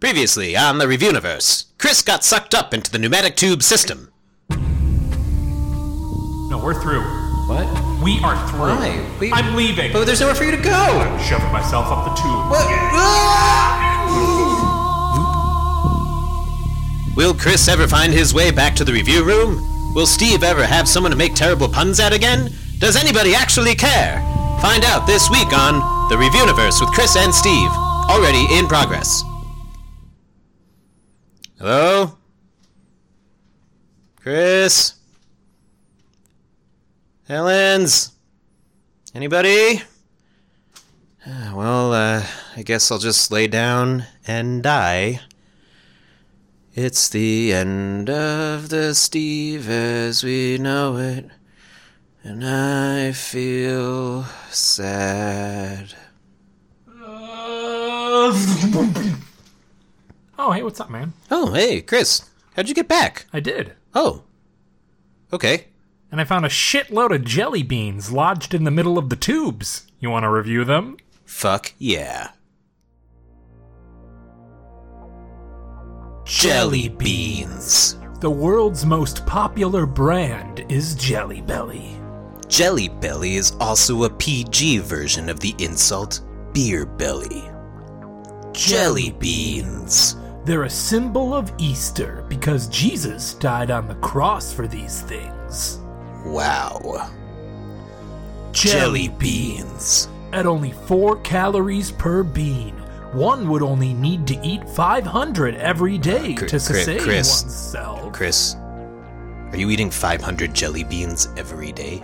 Previously on the Reviewniverse, Chris got sucked up into the pneumatic tube system. No, we're through. What? We are through. Why? We- I'm leaving. But there's nowhere for you to go! Shoving myself up the tube. What? Will Chris ever find his way back to the review room? Will Steve ever have someone to make terrible puns at again? Does anybody actually care? Find out this week on The Reviewniverse with Chris and Steve, already in progress. Hello? Chris? Helens? Anybody? Ah, Well, uh, I guess I'll just lay down and die. It's the end of the Steve as we know it, and I feel sad. oh, hey, what's up, man? Oh, hey, Chris, how'd you get back? I did. Oh, okay. And I found a shitload of jelly beans lodged in the middle of the tubes. You want to review them? Fuck yeah. Jelly beans. The world's most popular brand is Jelly Belly. Jelly Belly is also a PG version of the insult beer belly. Jelly beans. They're a symbol of Easter because Jesus died on the cross for these things. Wow. Jelly Jelly beans. At only 4 calories per bean, one would only need to eat 500 every day Cr- cr- to sustain Chris. oneself. Chris, are you eating 500 jelly beans every day?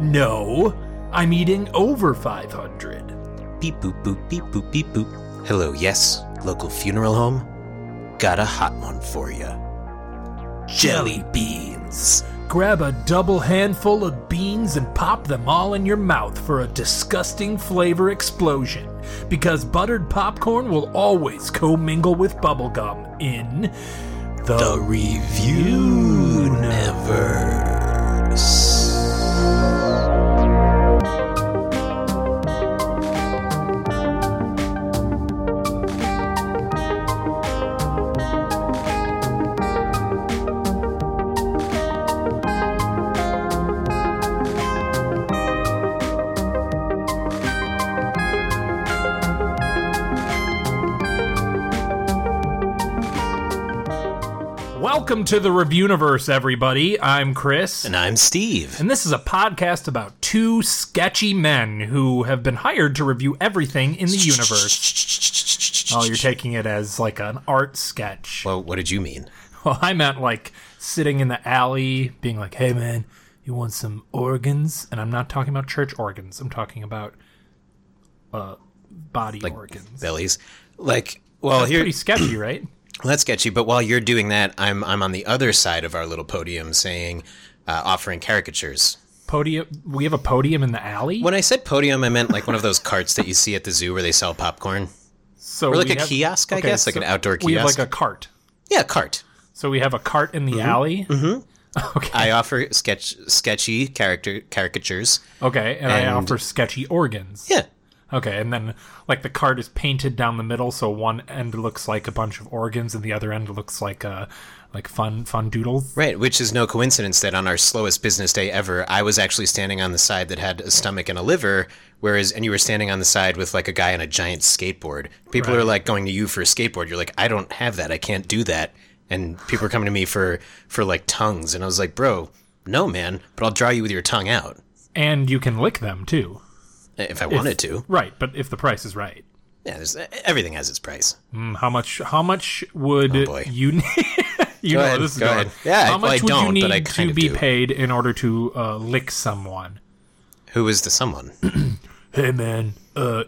No, I'm eating over 500. Beep boop boop beep boop beep boop. Hello, yes, local funeral home? Got a hot one for you. Jelly beans. Grab a double handful of beans and pop them all in your mouth for a disgusting flavor explosion. Because buttered popcorn will always commingle with bubblegum in the. The review never. Welcome to the Reviewniverse, everybody. I'm Chris. And I'm Steve. And this is a podcast about two sketchy men who have been hired to review everything in the universe. Oh, you're taking it as like an art sketch. Well, what did you mean? Well, I meant like sitting in the alley, being like, hey man, you want some organs? And I'm not talking about church organs, I'm talking about uh, body organs. Bellies. Like, well, here. Pretty sketchy, right? Well, That's sketchy. But while you're doing that, I'm I'm on the other side of our little podium, saying, uh, offering caricatures. Podium. We have a podium in the alley. When I said podium, I meant like one of those carts that you see at the zoo where they sell popcorn. So like a we kiosk, I guess, like an outdoor We have like kiosk. Mm-hmm. a cart. Yeah, cart. So we have a cart in the alley. I offer sketch sketchy character caricatures. Okay, and, I And- offer sketchy organs. Yeah, Okay, and then like the card is painted down the middle, so one end looks like a bunch of organs, and the other end looks like uh like fun fun doodles. right. Which is no coincidence that on our slowest business day ever, I was actually standing on the side that had a stomach and a liver, whereas and you were standing on the side with like a guy on a giant skateboard. People are like going to you for a skateboard. You're like, I don't have that. I can't do that. And people are coming to me for for like tongues, and I was like, bro, no, man. But I'll draw you with your tongue out And you can lick them too. if I wanted to. Right, but if the price is right. Yeah, there's, everything has its price. Mm, How much how much would Oh, boy. you need You know where ahead, this is go going. ahead. Yeah, how well, I much would you don't, need but I kind to of be do. paid in order to uh, lick someone? Who is the someone? Hey man, uh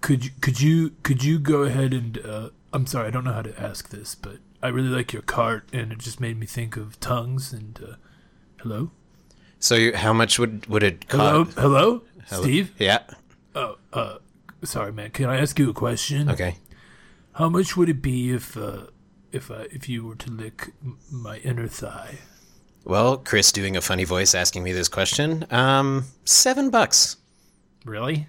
could you could you could you go ahead and uh I'm sorry, I don't know how to ask this, but I really like your cart and it just made me think of tongues and uh hello? So you, how much would would it Hello? cost? hello? Steve? Yeah. Sorry man, can I ask you a question? Okay. How much would it be if uh if I, if you were to lick m- my inner thigh? Well, Chris doing a funny voice asking me this question. Um, seven bucks. Really?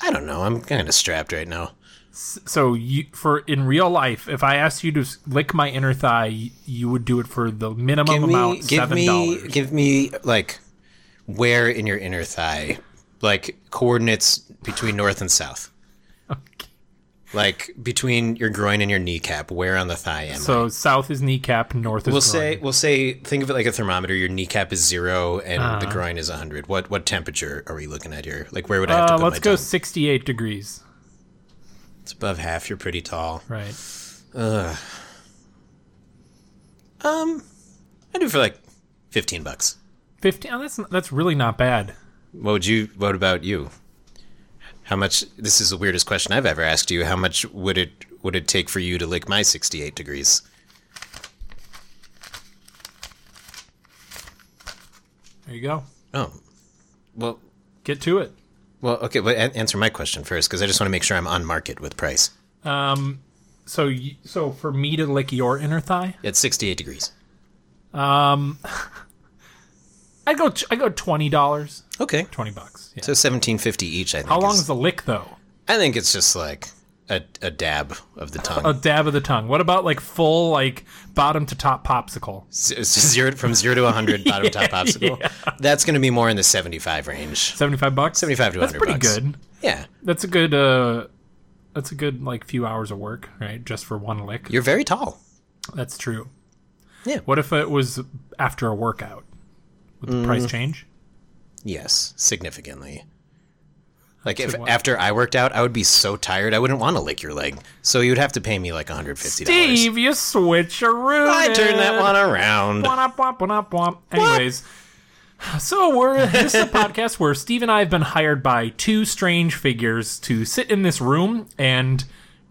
I don't know. I'm kind of strapped right now. S- So you, for in real life, if I asked you to s- lick my inner thigh, y- you would do it for the minimum Give me, amount, give seven me, dollars. give me, like, where in your inner thigh, like coordinates between north and south, like between your groin and your kneecap. Where on the thigh am I? So south is kneecap, north is We'll groin. say, we'll say, think of it like a thermometer. Your kneecap is zero and the Uh-huh. groin is hundred. What what temperature are we looking at here? Like, where would I have to Uh, put let's my go tongue? sixty-eight degrees. It's above half. You're pretty tall. Right. I do it for like fifteen bucks. Fifteen. Oh, that's that's really not bad. What would you? What about you? How much? This is the weirdest question I've ever asked you. How much would it would it take for you to lick my sixty-eight degrees? There you go. Oh, well, Get to it. well, okay. Well, an- answer my question first, because I just want to make sure I'm on market with price. So you, so for me to lick your inner thigh, At sixty-eight degrees. I go I go twenty dollars, Okay, twenty bucks. Yeah. so seventeen fifty each. I think. How long is- is the lick though? I think it's just like a, a dab of the tongue. A dab of the tongue. What about like full like bottom to top popsicle? Z- zero from zero to hundred bottom top popsicle. That's going to be more in the seventy-five range. Seventy five bucks. 75 to That's 100 pretty bucks. good. Yeah, That's a good. uh That's a good like few hours of work, right? Just for one lick. you're very tall. That's true. Yeah. What if it was after a workout? Would the price Mm. change? Yes, significantly. Like if a lot. after I worked out, I would be so tired I wouldn't want to lick your leg. So you'd have to pay me like $150. Steve, you switcheroo. I turned that one around. Womp, womp, womp, womp. Anyways, so we're this is a podcast where Steve and I have been hired by two strange figures to sit in this room and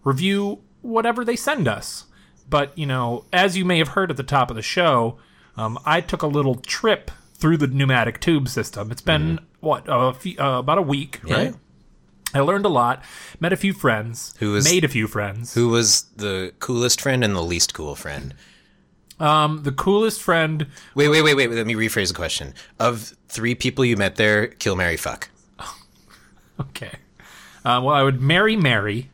review whatever they send us. But you know, as you may have heard at the top of the show, um, I took a little trip through the pneumatic tube system. It's been Mm-hmm. what a few, uh, about a week, right? I learned a lot, met a few friends, Who is- made a few friends. Who was the coolest friend and the least cool friend? um, the coolest friend Wait, wait, wait, wait. Let me rephrase the question. Of three people you met there, kill Mary fuck. Okay. Uh, well, I would marry Mary.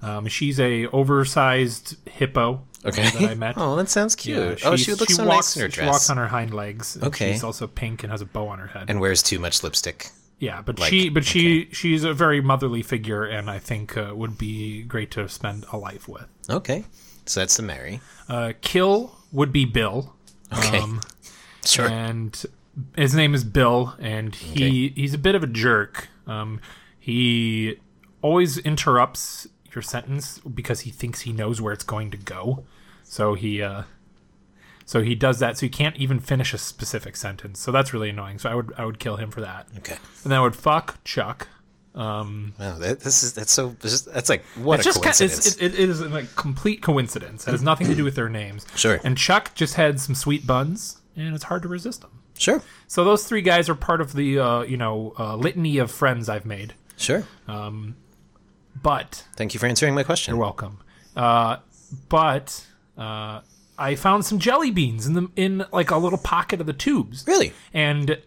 Um, she's a oversized hippo. Okay. That I met. Oh, that sounds cute. Yeah, oh, she's- she looks so nice walks, in her She dress. walks on her hind legs. and Okay. She's also pink and has a bow on her head. and wears too much lipstick. yeah, but she, but she, she's a very motherly figure, and I think uh, would be great to spend a life with. Okay. So that's the Mary. Uh, kill would be Bill, Okay. sure. Um, and his name is Bill, and he he's a bit of a jerk. Um, he always interrupts your sentence because he thinks he knows where it's going to go. So he uh, so he does that. So you can't even finish a specific sentence. So that's really annoying. So I would I would kill him for that. okay. And then I would fuck Chuck. Wow, that, this is that's so this is- that's like what It's a just kind coincidence. it's, it, it is a like, complete coincidence. It has nothing to do with their names. Sure. And Chuck just had some sweet buns, and it's hard to resist them. sure. So those three guys are part of the uh, you know uh, litany of friends I've made. Sure. But Thank you for answering my question. welcome. Uh, but uh, I found some jelly beans in the in like a little pocket of the tubes. Really? And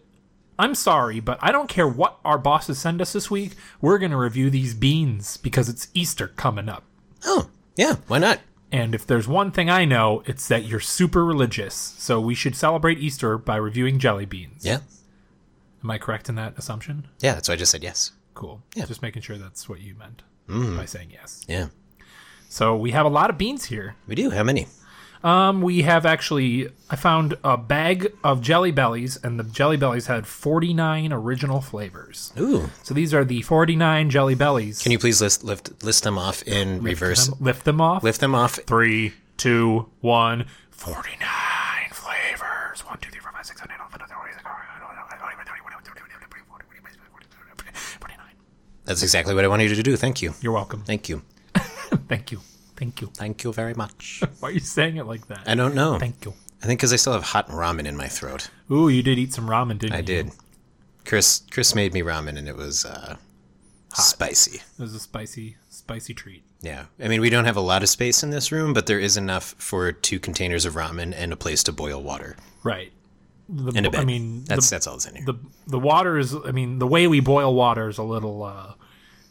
I'm sorry, but I don't care what our bosses send us this week. We're gonna review these beans because it's Easter coming up. Oh, yeah. Why not? And if there's one thing I know, it's that you're super religious. So we should celebrate Easter by reviewing jelly beans. Yeah. Am I correct in that assumption? Yeah. That's why I just said yes. Cool. Yeah. Just making sure that's what you meant by saying yes. Yeah. So we have a lot of beans here. We do. How many? Um, we have actually I found a bag of Jelly Bellies, and the Jelly Bellies had 49 original flavors. Ooh. So these are the 49 Jelly Bellies. Can you please list lift, list them off in reverse? lift them off? Lift them off. Three, two, one. 49 flavors. One, two, three, four, five, six, seven, eight, nine, ten, eleven, twelve, thirteen, fourteen, forty-nine. That's exactly what I wanted you to do. Thank you. You're welcome. Thank you. Thank you. Thank you. Thank you very much. Why are you saying it like that? I don't know. Thank you. I think because I still have hot ramen in my throat. Ooh, you did eat some ramen, didn't you? I did. Chris Chris made me ramen and it was uh, spicy. It was a spicy, spicy treat. Yeah. I mean, we don't have a lot of space in this room, but there is enough for two containers of ramen and a place to boil water. Right. The, And a bed. I mean, that's the, that's all that's in here. the the water is. I mean, the way we boil water is a little. Uh,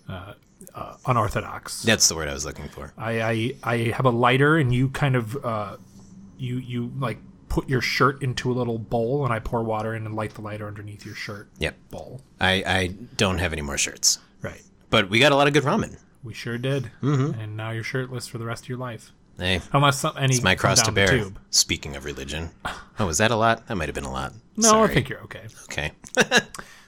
uh, uh, unorthodox. That's the word I was looking for. I, I I have a lighter, and you kind of uh, you you like put your shirt into a little bowl, and I pour water in and light the lighter underneath your shirt Yep. bowl. I, I don't have any more shirts, Right. but we got a lot of good ramen. We sure did. Mm-hmm. And now you're shirtless for the rest of your life, Hey, unless some, any it's my come cross down to the bear. tube. Speaking of religion, oh, was that a lot? That might have been a lot. No, Sorry. I think you're okay. Okay.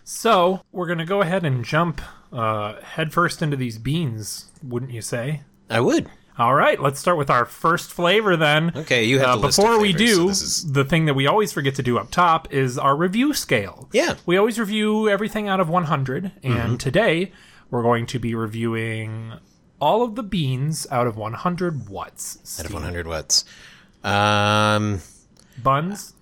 So we're gonna go ahead and jump uh, headfirst into these beans, wouldn't you say? I would. All right, let's start with our first flavor then. Okay, you have Uh, the list of before we flavors, so do, this is- the thing that we always forget to do up top is our review scale. Yeah. Mm-hmm. We always review everything out of 100, and today we're going to be reviewing all of the beans out of 100 watts. Out of Steve. 100 watts. Um, Buns?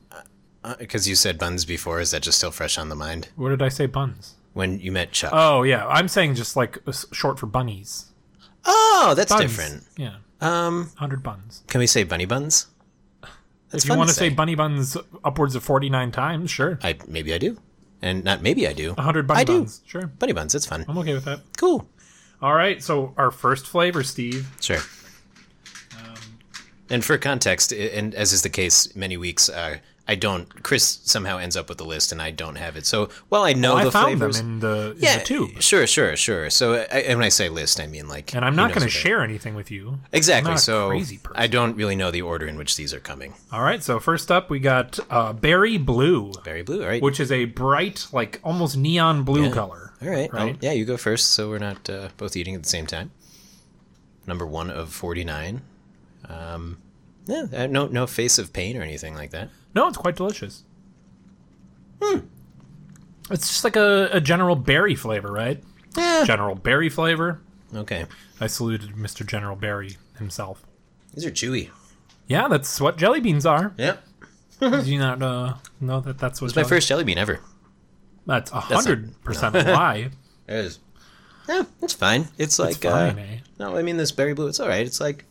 because you said buns before, is that just still fresh on the mind? What did I say, buns? When you met Chuck? Oh, yeah. I'm saying just like s- short for bunnies. oh, that's Buns. different. Yeah. Um, 100 buns. can we say bunny buns? That's if you fun want to say bunny buns upwards of 49 times, sure. I maybe I do, and not maybe I do. 100 bunny I do. buns. Sure. Bunny buns. It's fun. I'm okay with that. Cool. All right, so our first flavor, Steve. Sure. Um, and for context, i- and as is the case many weeks, uh, I don't. Chris somehow ends up with the list, and I don't have it. So while I know Oh, I Oh, the found flavors, them in the, in the tube, sure, sure, sure. So I, and when I say list, I mean like, and I'm who not knows going to what I- share anything with you. Exactly. I'm not a so crazy person. I don't really know the order in which these are coming. All right, so first up, we got uh, berry blue, Berry blue. All right. which is a bright, like almost neon blue color. All right. I'll- right? yeah, you go first, so we're not uh, both eating at the same time. Number one of forty-nine. Um, yeah, uh, no, no face of pain or anything like that. No, it's quite delicious. Hmm. It's just like a, a general berry flavor, right? Yeah. General berry flavor. Okay. I saluted Mr. General Berry himself. These are chewy. Yeah, that's what jelly beans are. Yeah. Did you not uh, know that that's what My jelly- first jelly bean ever. That's a not- hundred percent a lie. It is. Yeah, it's fine. It's like Fine, uh, eh? no, I mean this berry blue. It's all right. It's like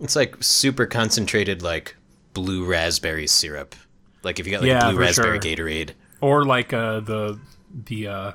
it's like super concentrated like blue raspberry syrup. Like if you got like Yeah, blue for raspberry sure. Gatorade. Or like uh, the the uh,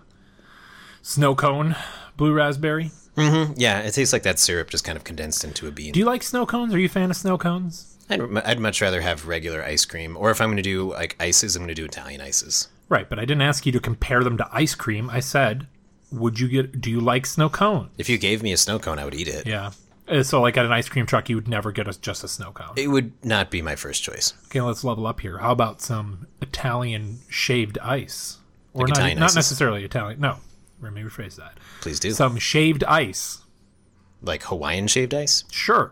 snow cone blue raspberry. Yeah, it tastes like that syrup just kind of condensed into a bean. Do you like snow cones? Are you a fan of snow cones? I'd, I'd much rather have regular ice cream, or if I'm going to do like ices, I'm going to do Italian ices. Right, but I didn't ask you to compare them to ice cream. I said, would you get? Do you like snow cone? If you gave me a snow cone, I would eat it. Yeah. Uh, So like at an ice cream truck, you would never get a, just a snow cone. It would not be my first choice. Okay, let's level up here. How about some Italian shaved ice? Or Like not, Italian not ices? necessarily Italian. No, let me rephrase that. Please do. Some shaved ice. like Hawaiian shaved ice? Sure.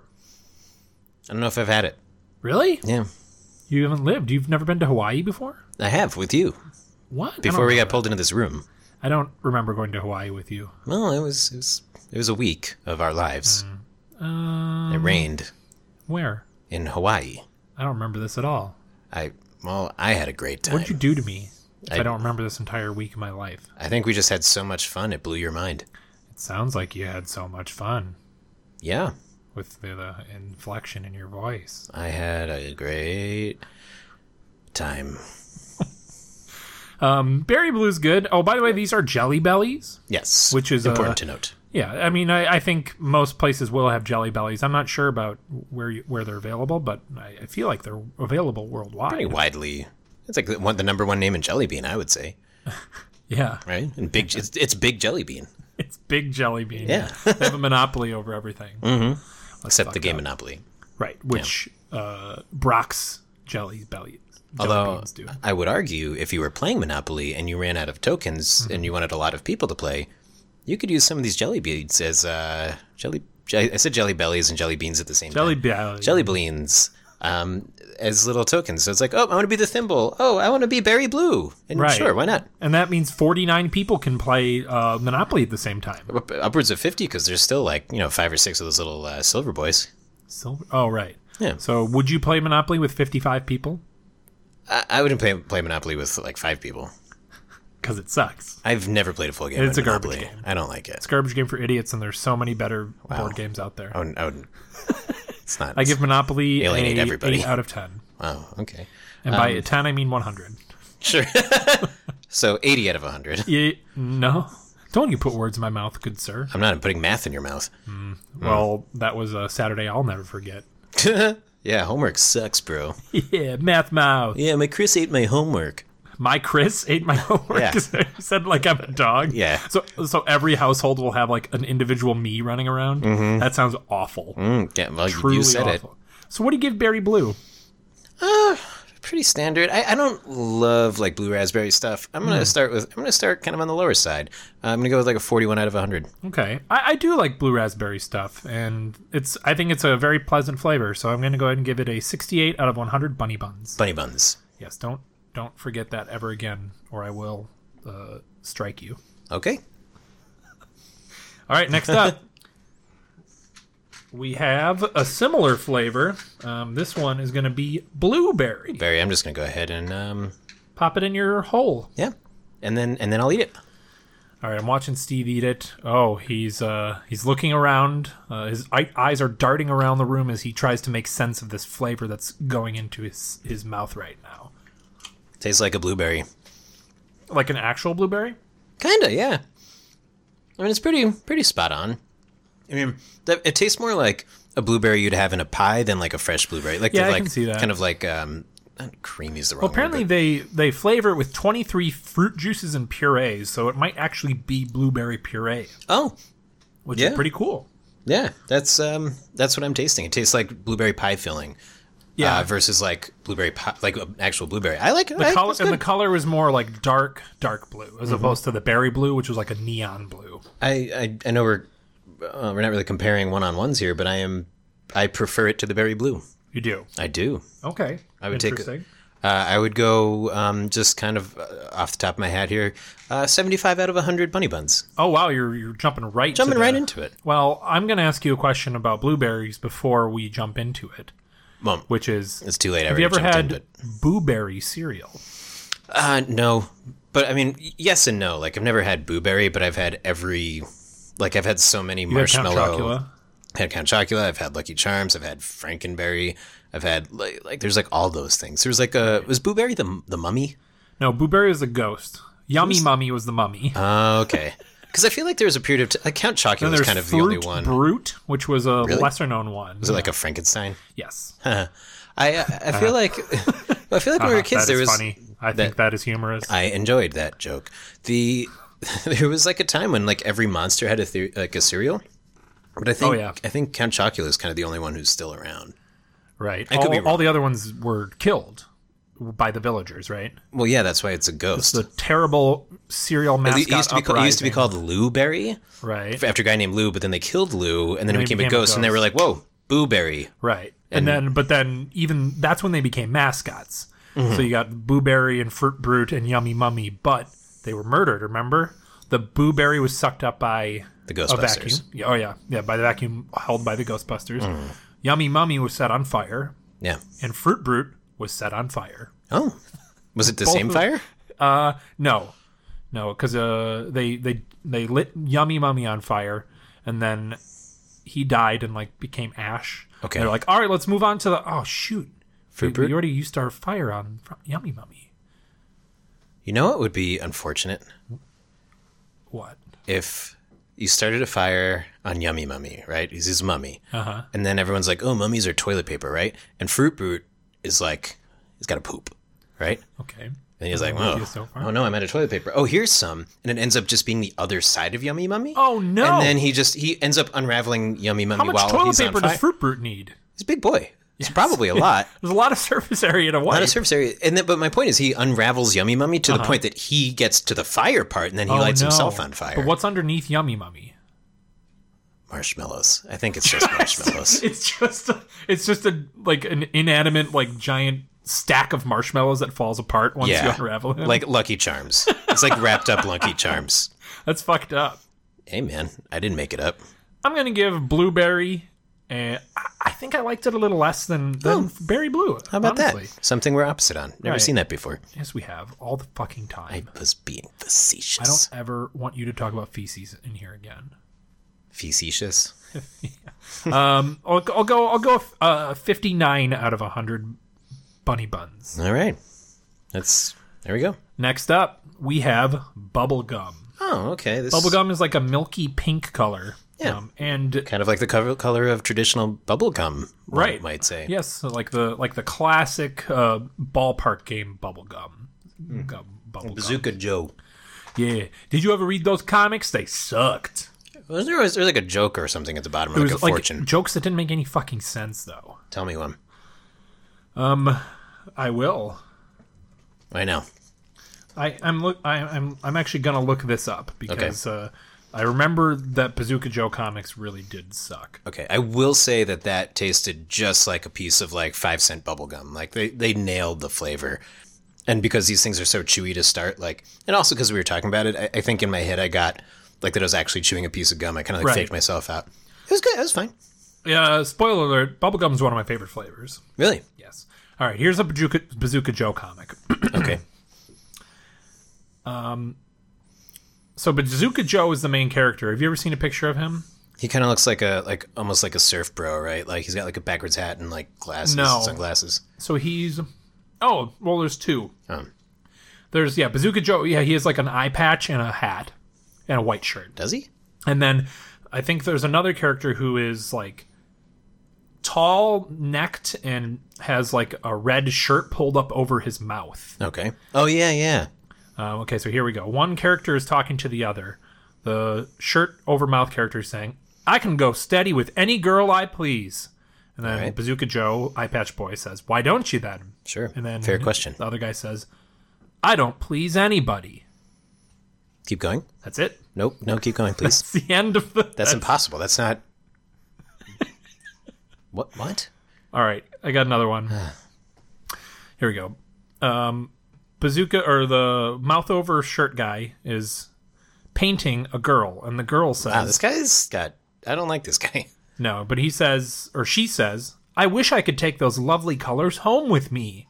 I don't know if I've had it. Really? Yeah, You haven't lived. You've never been to Hawaii before? I have with you What? I don't before we know. got pulled into this room. I don't remember going to Hawaii with you. Well, it was it was it was a week of our lives. Uh, It rained where? in Hawaii. I don't remember this at all. I well, I had a great time. What'd you do to me? I, I- don't remember this entire week of my life. I think we just had so much fun. It blew your mind. It sounds like you had so much fun Yeah, with the, the inflection in your voice. I had a great time. Um, Berry Blue's good. Oh, by the way, these are Jelly Bellies. Yes, Which is, important uh, to note. Yeah, I mean, I, I think most places will have Jelly Bellies. I'm not sure about where you, where they're available, but I, I feel like they're available worldwide. pretty widely. It's like the, one, the number one name in Jelly Bean, I would say, Yeah, right? And big, it's, it's Big Jelly Bean, it's big Jelly Bean. Yeah. Mm. they have a monopoly over everything. except the game Monopoly. Right, which uh, Brock's jelly belly. jelly Although beans do. I would argue, if you were playing Monopoly and you ran out of tokens Mm-hmm. and you wanted a lot of people to play, you could use some of these jelly beans as uh, jelly. j- I said jelly bellies and jelly beans at the same jelly time. belly, Jelly beans. Um, as little tokens, so it's like, oh, I want to be the thimble. Oh, I want to be Barry Blue. And Right. sure, why not? and that means forty nine people can play uh, Monopoly at the same time. Up- upwards of fifty, because there's still like you know five or six of those little uh, silver boys. Silver. Oh, right. Yeah. So, would you play Monopoly with fifty five people? I, I wouldn't play play Monopoly with like five people. Because it sucks. I've never played a full game. It's of a garbage Monopoly. I don't like it. It's a garbage game for idiots, and there's so many better board games out there. I would, I would, it's not. I give Monopoly a Alienate everybody. eight out of ten, Oh, okay. and by ten I mean one hundred. Sure. so eighty out of hundred. Yeah, no, Don't you put words in my mouth, good sir. I'm not putting math in your mouth. Well, that was a Saturday I'll never forget. yeah, homework sucks, bro. Yeah, math mouth. Yeah, my Chris ate my homework. My Chris ate my homework Yeah. 'cause I said like I'm a dog. Yeah. So so every household will have like an individual me running around. That sounds awful. Mm, yeah, well, Mm-hmm. you- Truly you said it. awful. So what do you give Barry Blue? Pretty standard. I, I don't love like blue raspberry stuff. I'm Hmm. gonna start with. I'm gonna start kind of on the lower side. Uh, I'm gonna go with like a 41 out of 100. Okay, I, I do like blue raspberry stuff, and it's I think it's a very pleasant flavor. So I'm going to go ahead and give it a 68 out of 100 bunny buns. Bunny buns. Yes, don't don't forget that ever again, or I will uh, strike you. Okay. All right, next up, we have a similar flavor. Um, this one is going to be blueberry. Barry, I'm just gonna go ahead and um, Pop it in your hole. yeah, and then and then I'll eat it. All right, I'm watching Steve eat it. Oh, he's uh, he's looking around. Uh, his eye- eyes are darting around the room as he tries to make sense of this flavor that's going into his his mouth right now. Tastes like a blueberry. Like an actual blueberry. Kinda, yeah. I mean, it's pretty pretty spot on. I mean, that, it tastes more like a blueberry you'd have in a pie than like a fresh blueberry. Like Yeah, they're I like can see that. kind of like um, not creamy is the wrong. word, Apparently, but- they they flavor it with 23 fruit juices and purees, so it might actually be blueberry puree, oh which Yeah. is pretty cool. yeah, that's um that's what I'm tasting. It tastes like blueberry pie filling. Yeah. uh, versus like blueberry pie, like an actual blueberry. I like it. I, The color it's and the good. Mm-hmm. color was more like dark dark blue as opposed to the berry blue, which was like a neon blue. I, I I know we're uh, we're not really comparing one on ones here, but I am I prefer it to the berry blue. You do I do. okay. I would take. Interesting. Uh, I would go um, just kind of uh, off the top of my hat here, uh, seventy-five out of hundred bunny buns. uh, Oh wow, you're you're jumping right to Jumping the- right into it. Well, I'm going to ask you a question about blueberries before we jump into it, Well, which is it's too late. I have you already ever jumped had in, blueberry cereal? but, uh, no, but I mean, y- yes and no. Like I've never had blueberry, but I've had every. Like I've had so many You had Count marshmallow. Chocula? I've had Count Chocula. I've had Lucky Charms. I've had Frankenberry. I've had like, like there's like all those things. There was like a was Blueberry the the mummy. No, blueberry was the ghost. Yummy Mummy was the mummy. Uh, okay, because I feel like there was a period of t- like Count Chocula was There's kind of the Fruit only one. Brute, which was a lesser known one. was it like a Frankenstein? yes. Huh. I I I feel like I feel like when we were kids Uh-huh. That there is was funny. I think that is humorous. I enjoyed that joke. The there was like a time when like every monster had a the- like a cereal, but I think Oh, yeah. I think Count Chocula is kind of the only one who's still around. right. could all, be all the other ones were killed by the villagers, right? Well, yeah, that's why it's a ghost. The terrible cereal mascot it used to be called, it used to be uprising, called Lou Berry right. after a guy named Lou, but then they killed Lou, and then it he became, a, became a ghost, and they were like, "Whoa, Boo Berry!" Right. And, then, but then even that's when they became mascots. Mm-hmm. So you got Booberry and Fruit Brute and Yummy Mummy, but they were murdered, remember? The Booberry was sucked up by The a vacuum. Ghostbusters. Yeah, Oh, yeah. Yeah, by the vacuum held by the Ghostbusters. Mm. Yummy Mummy was set on fire, Yeah. and Fruit Brute was set on fire. Oh, was it the same fire? Uh, no, no, because uh, they they they lit Yummy Mummy on fire, and then he died and like became ash. Okay. And they're like, all right, let's move on to the. Oh shoot, Fruit we, Brute? we already used our fire on fr- Yummy Mummy. You know what would be unfortunate What? if you started a fire on Yummy Mummy, right? He's his mummy. Uh-huh. And then everyone's like, oh, mummies are toilet paper, right? And Fruit Brute is like, he's got to poop, right? Okay. And he's like, I'm with oh, you so far. oh no, I'm out of toilet paper. Oh, here's some. And it ends up just being the other side of Yummy Mummy. Oh, no. And then he just, he ends up unraveling Yummy Mummy How much while toilet he's paper on fire. does Fruit Brute need? he's a big boy. It's probably a lot. There's a lot of surface area to Not wipe. a surface area, and then, but my point is, he unravels Yummy Mummy to the point that he gets to the fire part, and then he Uh-huh. Oh, lights no. himself on fire. But what's underneath Yummy Mummy? Marshmallows. I think it's just marshmallows. It's just a, it's just a like an inanimate like giant stack of marshmallows that falls apart once you unravel it. Like Lucky Charms. It's like wrapped up Lucky Charms. That's fucked up. Hey, man, I didn't make it up. I'm gonna give blueberry, and I I think I liked it a little less than than berry blue. Oh. How about that? Something we're opposite on. Never Right. seen that before. Yes, we have all the fucking I time. was being I, facetious. don't ever want you to talk about feces in here again. Facetious. Um, I'll, I'll go. I'll go. Uh, 59 out of 100 bunny buns. All right. That's there we go. Next up, we have bubble gum. Oh, okay. This Bubblegum is like a milky pink color. um, Yeah. and kind of like the cover color of traditional bubblegum, one Right. might say. Yes, so like the like the classic uh, ballpark game bubblegum. Gum, Bubblegum. Bazooka Joe. Yeah. Did you ever read those comics? They sucked. Was there, was there like a joke or something at the bottom, It like a was like fortune? jokes that didn't make any fucking sense though. Tell me one. I will. I know. I, I'm look. I, I'm I'm actually gonna look this up because uh, I remember that Bazooka Joe comics really did suck. Okay, I will say that that tasted just like a piece of like five cent bubble gum. Like they they nailed the flavor, and because these things are so chewy to start, like, and also because we were talking about it, I, I think in my head I got like that I was actually chewing a piece of gum. I kind of like Right. faked myself out. It was good. It was fine. Yeah. Spoiler alert: bubblegum is one of my favorite flavors. Really. Yes. All right. Here's a Bazooka, Bazooka Joe comic. Okay. So Bazooka Joe is the main character. Have you ever seen a picture of him? He kind of looks like a like almost like a surf bro, right? Like he's got like a backwards hat and like glasses, No. sunglasses. So he's oh well, there's two. Um, There's yeah, Bazooka Joe. Yeah, he has like an eye patch and a hat and a white shirt. does he? And then I think there's another character who is like tall necked and has like a red shirt pulled up over his mouth. Okay. Oh yeah, yeah. Uh, okay, so here we go. One character is talking to the other. The shirt over mouth character is saying, I can go steady with any girl I please. And then right. Bazooka Joe, Eye Patch Boy, says, Why don't you then? Sure. And then fair question. The other guy says, I don't please anybody. Keep going. That's it. Nope. No, keep going, please. It's the end of the. That's impossible. That's not. What? What? All right, I got another one. Here we go. Um, bazooka or the mouth over shirt guy is painting a girl, and the girl Wow, says Ah, this guy's got. I don't like this guy. no, but he says or she says, "I wish I could take those lovely colors home with me."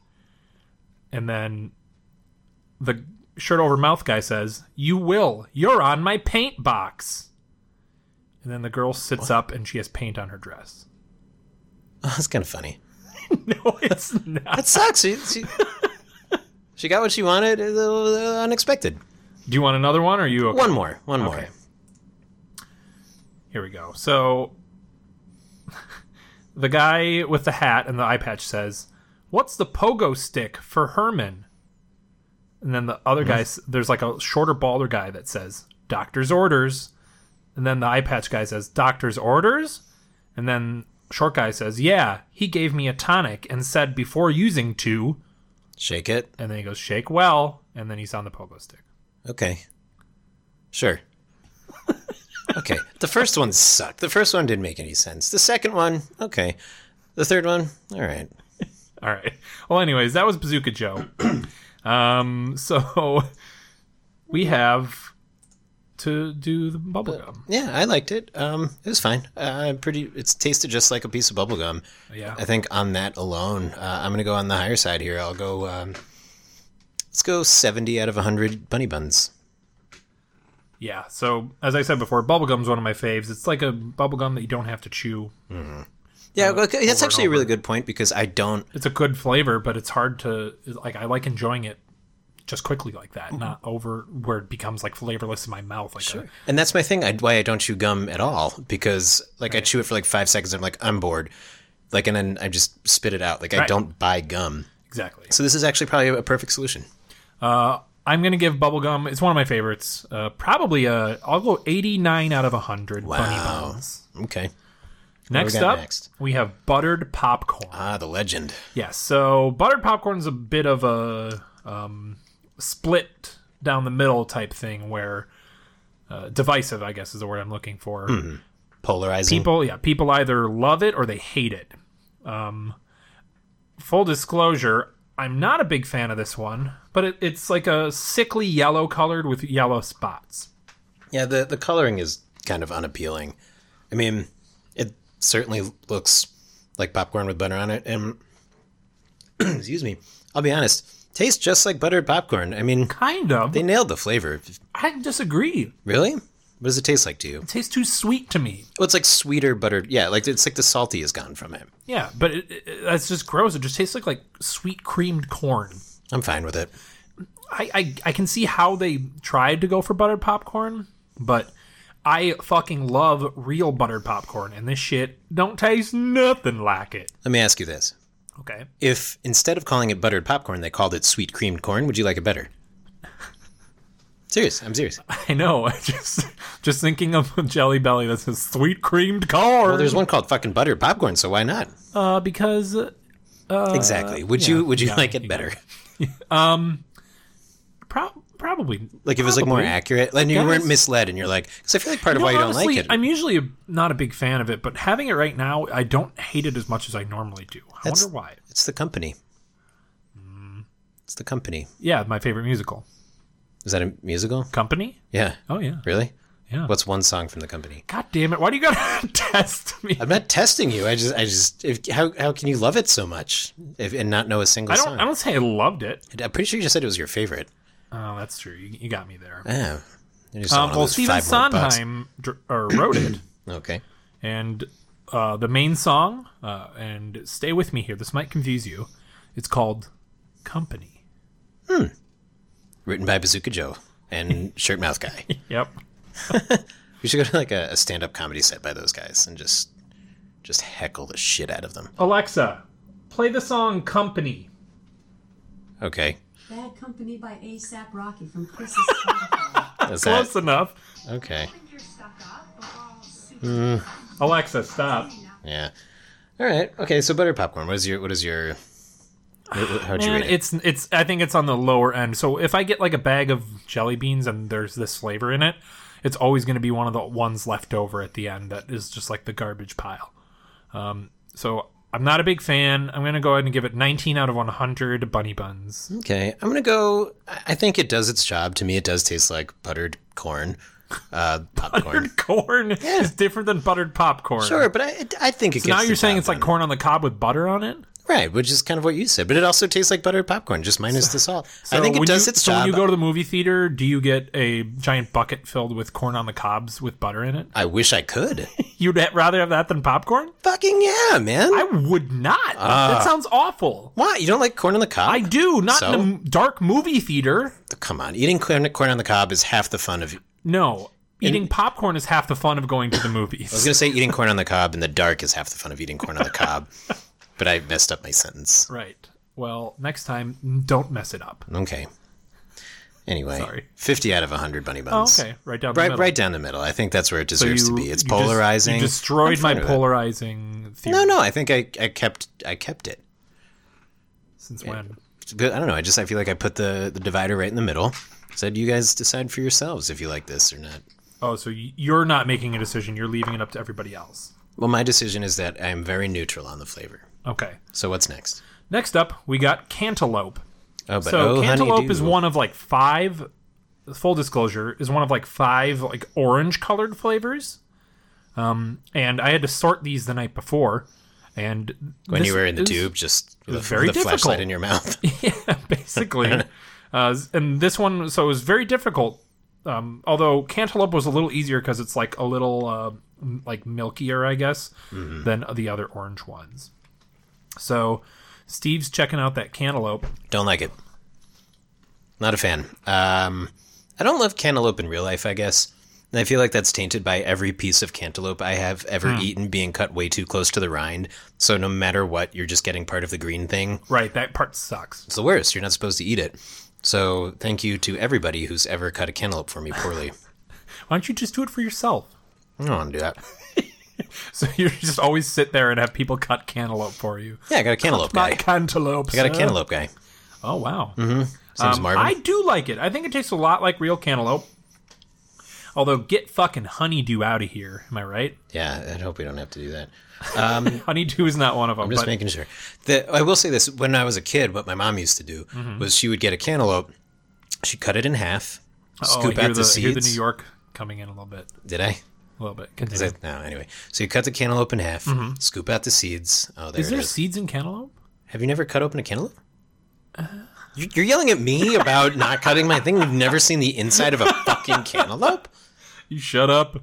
And then the shirt over mouth guy says, "You will. You're on my paint box." And then the girl sits up and she has paint on her dress. Oh, that's kind of funny. No, it's not. That sucks. She, she, she got what she wanted. It was a little unexpected. Do you want another one or are you okay? One more. One more. Okay. Here we go. So the guy with the hat and the eye patch says, "What's the pogo stick for Herman?" And then the other guy, s- there's like a shorter, balder guy that says, "Doctor's orders." And then the eye patch guy says, "Doctor's orders." And then short guy says, "Yeah, he gave me a tonic and said before using to." Shake it. And then he goes, "Shake well." And then he's on the pogo stick. Okay. Sure. Okay. The first one sucked. The first one didn't make any sense. The second one, okay. The third one, all right. All right. Well, anyways, that was Bazooka Joe. um, so we have to do the bubblegum. Yeah, I liked it. Um, it was fine. Uh, pretty. It's tasted just like a piece of bubble gum. Yeah. I think on that alone, uh, I'm going to go on the higher side here. I'll go. Um, let's go 70 out of 100 bunny buns. Yeah. So as I said before, bubblegum's one of my faves. It's like a bubblegum that you don't have to chew. Yeah, okay, that's over actually a and really good point because I don't. It's a good flavor, but it's hard to like I like enjoying it just quickly like that, not over where it becomes like flavorless in my mouth like a, And that's my thing. I, why I don't chew gum at all because like I chew it for like five seconds. I'm like I'm bored, like and then I just spit it out. Like I Right. don't buy gum. exactly. So this is actually probably a perfect solution. I'm gonna give bubblegum. It's one of my favorites. Uh, probably a I'll go 89 out of 100 bunny Wow. buns. Okay. do we Next got up, next? we have buttered popcorn. Ah, the legend. Yes. So buttered popcorn is a bit of a um, split down the middle type thing where uh, divisive, I guess, is the word I'm looking for. Mm-hmm. Polarizing. People, yeah, people either love it or they hate it. Um, full disclosure, I'm not a big fan of this one, but it, it's like a sickly yellow colored with yellow spots. Yeah, the the coloring is kind of unappealing. I mean, it certainly looks like popcorn with butter on it, and excuse me, I'll be honest, tastes just like buttered popcorn. I mean, Kind of. they nailed the flavor. I disagree. Really? What does it taste like to you? It tastes too sweet to me. Oh, it's like sweeter buttered. Yeah, like it's like the salty is gone from it. Yeah, but it, it, that's just gross. It just tastes like like sweet creamed corn. I'm fine with it. I, I I can see how they tried to go for buttered popcorn, but I fucking love real buttered popcorn, and this shit don't taste nothing like it. Let me ask you this. Okay, If instead of calling it buttered popcorn, they called it sweet creamed corn, would you like it better? serious. I'm serious. I know. I just just thinking of Jelly Belly that says sweet creamed corn. Well, there's one called fucking buttered popcorn, so why not? uh, because exactly. Would you would you Uh, yeah, like it better? pro- probably Like if it was like more accurate, like you weren't Yes. misled, and you're like, because I feel like part of No, why you don't honestly, like it. I'm usually not a big fan of it, but having it right now, I don't hate it as much as I normally do. I That's- wonder why. It's the company. Mm. It's the company. Yeah, my favorite musical, Is that a musical? Company. Yeah. Oh yeah. Really? Yeah. What's one song from the company? God damn it! Why do you gotta test me? I'm not testing you. I just, I just, if, how, how can you love it so much if, and not know a single I song? don't. I don't say I loved it. I'm pretty sure you just said it was your favorite. Oh, that's true. You, you got me there. Yeah. You just don't Um, wanna well, lose Stephen five more bucks. Sondheim dr- or wrote it, Okay. and uh, the main song. Uh, and stay with me here. This might confuse you. It's called Company. Written by Bazooka Joe and Shirt Mouth Guy. Yep. We should go to like a, a stand-up comedy set by those guys and just, just heckle the shit out of them. Alexa, play the song Company. Okay. Bad Company by ASAP Rocky from Chris's Spotify. Is that Ah, Close enough. okay? Alexa, stop. Yeah. All right. Okay. So butter popcorn. What is your? What is your? what- what- How'd you Man, rate it? it's it's. I think it's on the lower end. So if I get like a bag of jelly beans and there's this flavor in it, it's always going to be one of the ones left over at the end that is just like the garbage pile. Um, so I'm not a big fan. I'm going to go ahead and give it 19 out of 100 bunny buns. Okay. I'm gonna go. I I think it does its job. To me, it does taste like buttered corn, uh, popcorn. Buttered corn is different than buttered popcorn. Sure, but I, it- I think it. Now gets the you're saying job it's like done. corn on the cob with butter on it. right, which is kind of what you said. But it also tastes like buttered popcorn, just minus the salt. I So think it when does you, its so job. when you go to the movie theater, do you get a giant bucket filled with corn on the cobs with butter in it? I wish I could. You'd ha- rather have that than popcorn? Fucking yeah, man. I would not. Ah. that sounds awful. Why you don't like corn on the cob? I do not So? in a m- dark movie theater. Come on, eating corn, corn on the cob is half the fun of. I No, eating popcorn is half the fun of going to the movies. was gonna say eating corn on the cob in the dark is half the fun of eating corn on the cob, but I messed up my sentence. Right. Well, next time, don't mess it up. Okay. Anyway, Sorry. 50 out of 100 bunny Oh, buns. okay, right down the Right, middle. right down the middle. I think that's where it So deserves you- to be. It's you just- you polarizing. destroyed I'm my fine with it. polarizing theory. No, no. I think I, I kept I kept it. Since when? But I don't know. I just I feel like I put the the divider right in the middle. Said you guys decide for yourselves if you like this or not. Oh, so y- you're not making a decision. You're leaving it up to everybody else. Well, my decision is that I am very neutral on the flavor. Okay. So what's next? Next up, we got cantaloupe. Oh, but So oh, cantaloupe honeydew. is one of like five. Full disclosure is one of like five like orange colored flavors, um, and I had to sort these the night before, and when this you were in the is- tube, just with a- very with a flashlight difficult. in your mouth. yeah, basically. uh, and this one, so it was very difficult. Um, although cantaloupe was a little easier because it's like a little uh, m- like milkier, I guess, Mm-hmm. than the other orange ones. So Steve's checking out that cantaloupe. Don't like it. Not a fan. Um, I don't love cantaloupe in real life, I guess. And I feel like that's tainted by every piece of cantaloupe I have ever Hmm. eaten being cut way too close to the rind. So no matter what, you're just getting part of the green thing. Right, that part sucks. It's the worst. You're not supposed to eat it. So thank you to everybody who's ever cut a cantaloupe for me poorly. Why don't you just do it for yourself? I don't want to do that. So you just always sit there and have people cut cantaloupe for you. Yeah, I got a cantaloupe guy. Not cantaloupe. I got a cantaloupe Mm-hmm. guy. Oh wow. His name's Marvin. Um, I do like it. I think it tastes a lot like real cantaloupe. Although get fucking honeydew out of here. Am I right? Yeah, I hope we don't have to do that. Honeydew is not one of them. I'm just but making sure. The, I will say this: when I was a kid, what my mom used to do Mm-hmm. was she would get a cantaloupe, she'd cut it in half, oh, scoop hear out the, the, hear seeds. the New York coming in a little bit. Did I? A little bit. Is Continue. that, no. Anyway, so you cut the cantaloupe in half, scoop out the seeds. Oh, there Mm-hmm. Is it there is. seeds in cantaloupe? Have you never cut open a cantaloupe? Uh-huh. You- You're yelling at me about not cutting my thing. You've never seen the inside of a fucking cantaloupe. You shut up.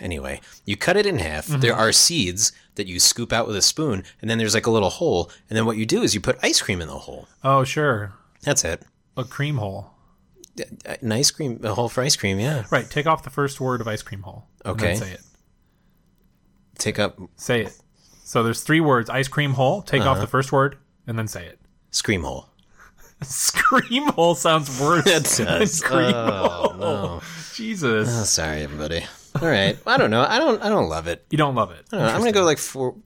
Anyway, you cut it in half. Mm-hmm. There are seeds that you scoop out with a spoon, and then there's like a little hole. And then what you do is you put ice cream in the hole. Oh sure. That's it. a cream hole. Uh, An ice cream, a hole for ice cream, yeah. Right. Take off the first word of ice cream hole. and then Okay. say it. Take up, Say it. So there's three words: ice cream hole. Take Uh-huh. off the first word and then say it. scream hole. Scream hole sounds worse. It does. Than cream hole. Jesus, Oh, sorry, everybody. All right, I don't know. I don't. I don't love it. you don't love it. I don't know. I'm gonna go like four.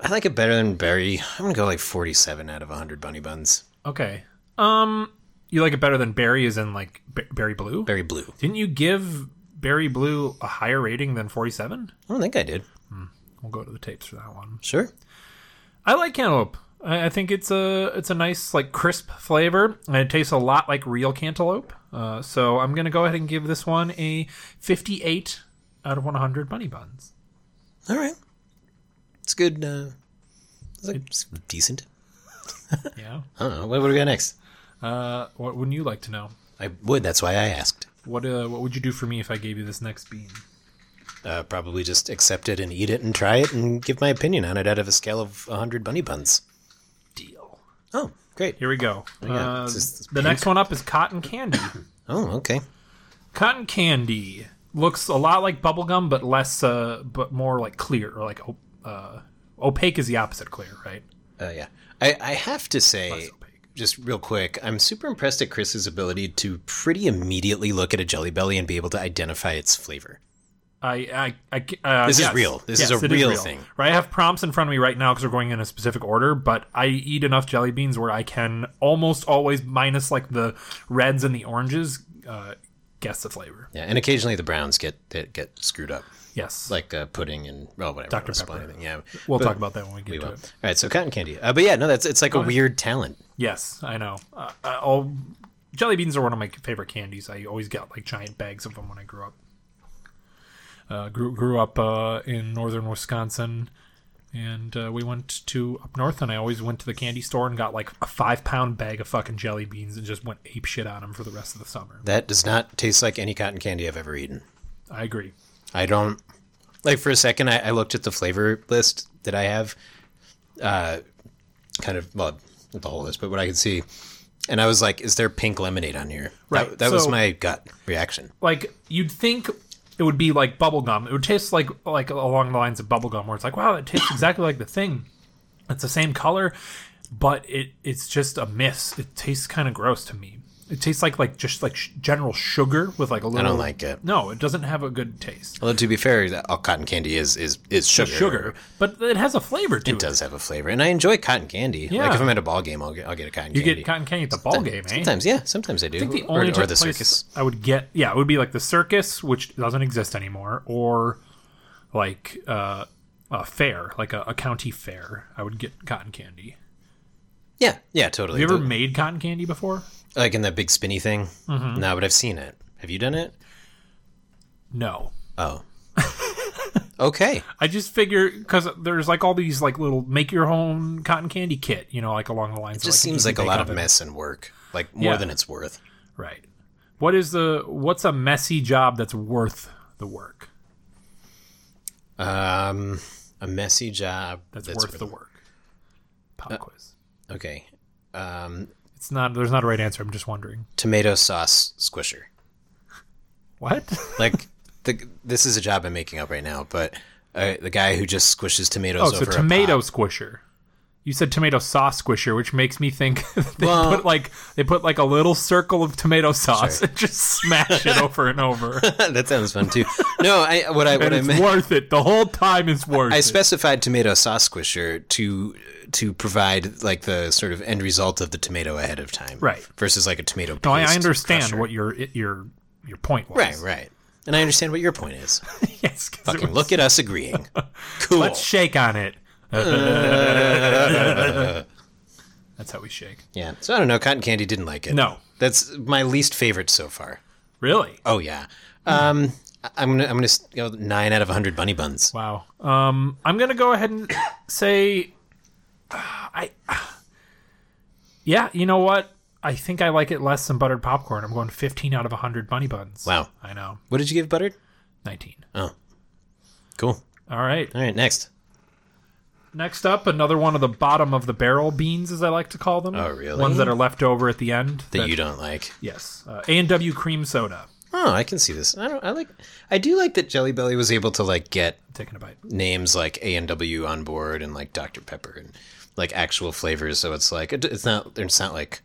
I like it better than berry. I'm gonna go like 47 out of 100 bunny buns. Okay. Um, you like it better than berry, is in like b- berry blue. Berry blue. Didn't you give berry blue a higher rating than forty-seven? I don't think I did. We'll go to the tapes for that one. Sure. I like cantaloupe. I, I think it's a it's a nice like crisp flavor, and it tastes a lot like real cantaloupe. Uh, so I'm gonna go ahead and give this one a 58 out of 100 bunny buns. All right. It's good. Uh, it's like it's decent. Yeah. I don't know. What what do we got next? Uh, what wouldn't you like to know? I would. That's why I asked. What uh, what would you do for me if I gave you this next bean? Uh, probably just accept it and eat it and try it and give my opinion on it out of a scale of 100 bunny buns. Deal. Oh, great. Here we go. Yeah, Uh, it's just- it's the next one up is cotton candy. Oh, okay. cotton candy looks a lot like bubblegum, but less uh, but more like clear or like op- uh, opaque is the opposite of clear, right? Uh, yeah. I, I have to say, opaque. just real quick, I'm super impressed at Chris's ability to pretty immediately look at a Jelly Belly and be able to identify its flavor. I, I, I uh, This is yes. real. This is Yes, a it real thing. Right, I have prompts in front of me right now because we're going in a specific order. But I eat enough jelly beans where I can almost always, minus like the reds and the oranges, uh, guess the flavor. Yeah, and occasionally the browns get that get screwed up, Yes, like uh, pudding and well, whatever. Dr. let's play Pepper. anything, Yeah, we'll But- talk about that when we get We to will. All it. right, so cotton candy. Uh, but yeah, no, that's it's like a weird talent. Yes, I know. Uh, uh, all jelly beans are one of my favorite candies. I always got like giant bags of them when I grew up. Uh, grew grew up uh, in northern Wisconsin, and uh, we went to up north, and I always went to the candy store and got like a five pound bag of fucking jelly beans and just went ape shit on them for the rest of the summer. That does not taste like any cotton candy I've ever eaten. I agree. I don't like for a second. I, I looked at the flavor list that I have, uh, kind of well, not the whole list, but what I could see, and I was like, "Is there pink lemonade on here?" Right, That, that was so- my gut reaction. like you'd think it would be like bubblegum. It would taste like like along the lines of bubblegum where it's like, wow, that tastes exactly like the thing. It's the same color, but it it's just a miss. It tastes kind of gross to me. It tastes like like just like sh- general sugar with like a little I don't like it. No, it doesn't have a good taste. Although to be fair, that- all cotton candy is is is sugar. Sugar, but it has a flavor to it. It does have a flavor, and I enjoy cotton candy. Yeah. Like if I'm at a ball game, I'll get, I'll get a cotton You candy. get cotton candy at the ball game, eh? Sometimes, yeah, sometimes I do. I think the or, only or two the place circus. I would get, yeah, it would be like the circus, which doesn't exist anymore, or like uh, a fair, like a, a county fair. I would get cotton candy. Yeah, yeah, totally. Have you ever The- made cotton candy before? like in that big spinny thing? Mm-hmm. No, but I've seen it. Have you done it? No. Oh. okay. I just figure because there's like all these like little make your own cotton candy kit, you know, like along the lines. It just of, seems an like easy a lot bake of oven. mess and work, like more Yeah. than it's worth. Right. What is the what's a messy job that's worth the work? Um, a messy job. That's, worth the work. Pop Uh, quiz. Okay. Um, It's not. There's not a right answer. I'm just wondering. tomato sauce squisher. What? Like the this is a job I'm making up right now, but uh, the guy who just squishes tomatoes Oh, over so a pot. tomato squisher. You said tomato sauce squisher, which makes me think they Well- put like they put like a little circle of tomato sauce and just smash it over and over. that sounds fun too. No, I what I what and I it's meant. worth it. The whole time it's worth I it. specified tomato sauce squisher to to provide like the sort of end result of the tomato ahead of time, Right. Versus like a tomato. no, I, I paste understand crusher. what your your your point was. Right, right. And I understand what your point is. Yes, 'cause it Fucking was- look at us agreeing. Cool. Let's shake on it. That's how we shake. yeah. So I don't know. Cotton candy didn't like it. No. That's my least favorite so far. Really? Oh yeah. Um, I- I'm gonna I'm gonna s- go nine out of hundred bunny buns. Wow. Um, I'm gonna go ahead and say, I, yeah, you know what? I think I like it less than buttered popcorn. I'm going 15 out of 100 bunny buns. Wow. I know. What did you give buttered? 19. Oh, cool. All right. All right, next. Next up, another one of the bottom of the barrel beans, as I like to call them. Oh, really? Ones that are left over at the end. that That- you don't like. yes, Uh, A and W cream soda. Oh, I can see this. I don't. I like. I do like that Jelly Belly was able to like get I'm taking a bite. names like A and W on board and like Dr Pepper and like actual flavors. So it's like it- it's not it's not like